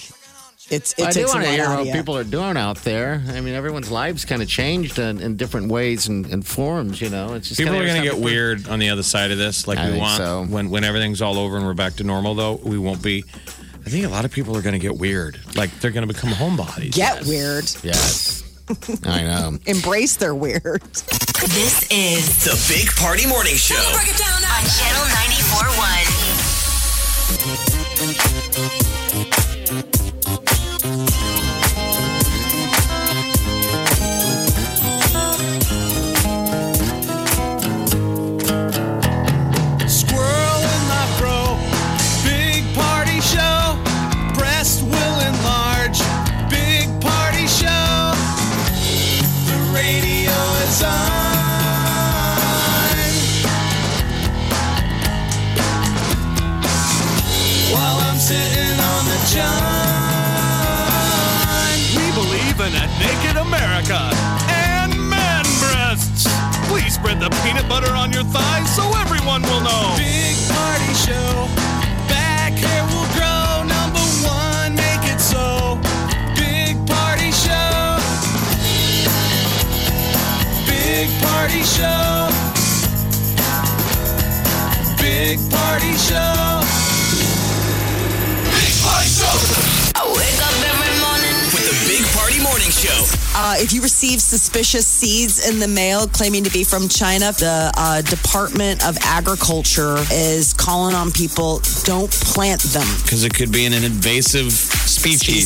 [SPEAKER 3] it's. It
[SPEAKER 4] I do
[SPEAKER 3] takes a
[SPEAKER 4] want to
[SPEAKER 3] lot
[SPEAKER 4] hear
[SPEAKER 3] out
[SPEAKER 4] what
[SPEAKER 3] of you.
[SPEAKER 4] people are doing out there. I mean, everyone's lives kind of changed in, in different ways and, and forms, you know? It's just
[SPEAKER 5] People are
[SPEAKER 4] kinda
[SPEAKER 5] going to
[SPEAKER 4] every
[SPEAKER 5] get
[SPEAKER 4] time-
[SPEAKER 5] weird on the other side of this, like
[SPEAKER 4] I
[SPEAKER 5] we
[SPEAKER 4] think
[SPEAKER 5] want.
[SPEAKER 4] so.
[SPEAKER 5] When when everything's all over and we're back to normal, though, we won't be. I think a lot of people are going to get weird. Like they're going to become homebodies.
[SPEAKER 3] Get weird.
[SPEAKER 4] Yes. I know.
[SPEAKER 3] Embrace their weird.
[SPEAKER 2] This is
[SPEAKER 1] The Big Party Morning Show.
[SPEAKER 2] on Channel 94.1.
[SPEAKER 6] Squirrel in my fro. Big party show. Breast will enlarge. Big party show. The radio is on. While I'm sitting on the john. We believe in a naked America and man breasts. Please spread the peanut butter on your thighs so everyone will know. Big party show. Back hair will grow. Number one, make it so. Big party show. Big Big Party Show. Big Party Show.
[SPEAKER 2] I wake up every morning
[SPEAKER 1] with the Big Party Morning Show.
[SPEAKER 3] Uh, if you receive suspicious seeds in the mail claiming to be from China, the uh, Department of Agriculture is calling on people don't plant them.
[SPEAKER 5] Because it could be an, an invasive species.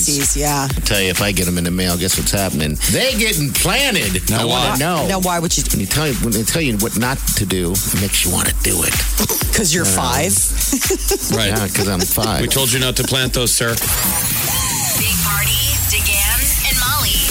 [SPEAKER 3] Species, yeah.
[SPEAKER 4] I tell you, if I get them in the mail, guess what's happening? They getting planted.
[SPEAKER 5] Now
[SPEAKER 4] I
[SPEAKER 5] why?
[SPEAKER 4] want to know.
[SPEAKER 3] Now why would you?
[SPEAKER 4] When you tell you when they tell you what not to do, it makes you want to do it.
[SPEAKER 3] Because you're five.
[SPEAKER 5] Right.
[SPEAKER 4] Yeah, because I'm five.
[SPEAKER 5] We told you not to plant those, sir.
[SPEAKER 2] Big Party, DeGan, and Molly.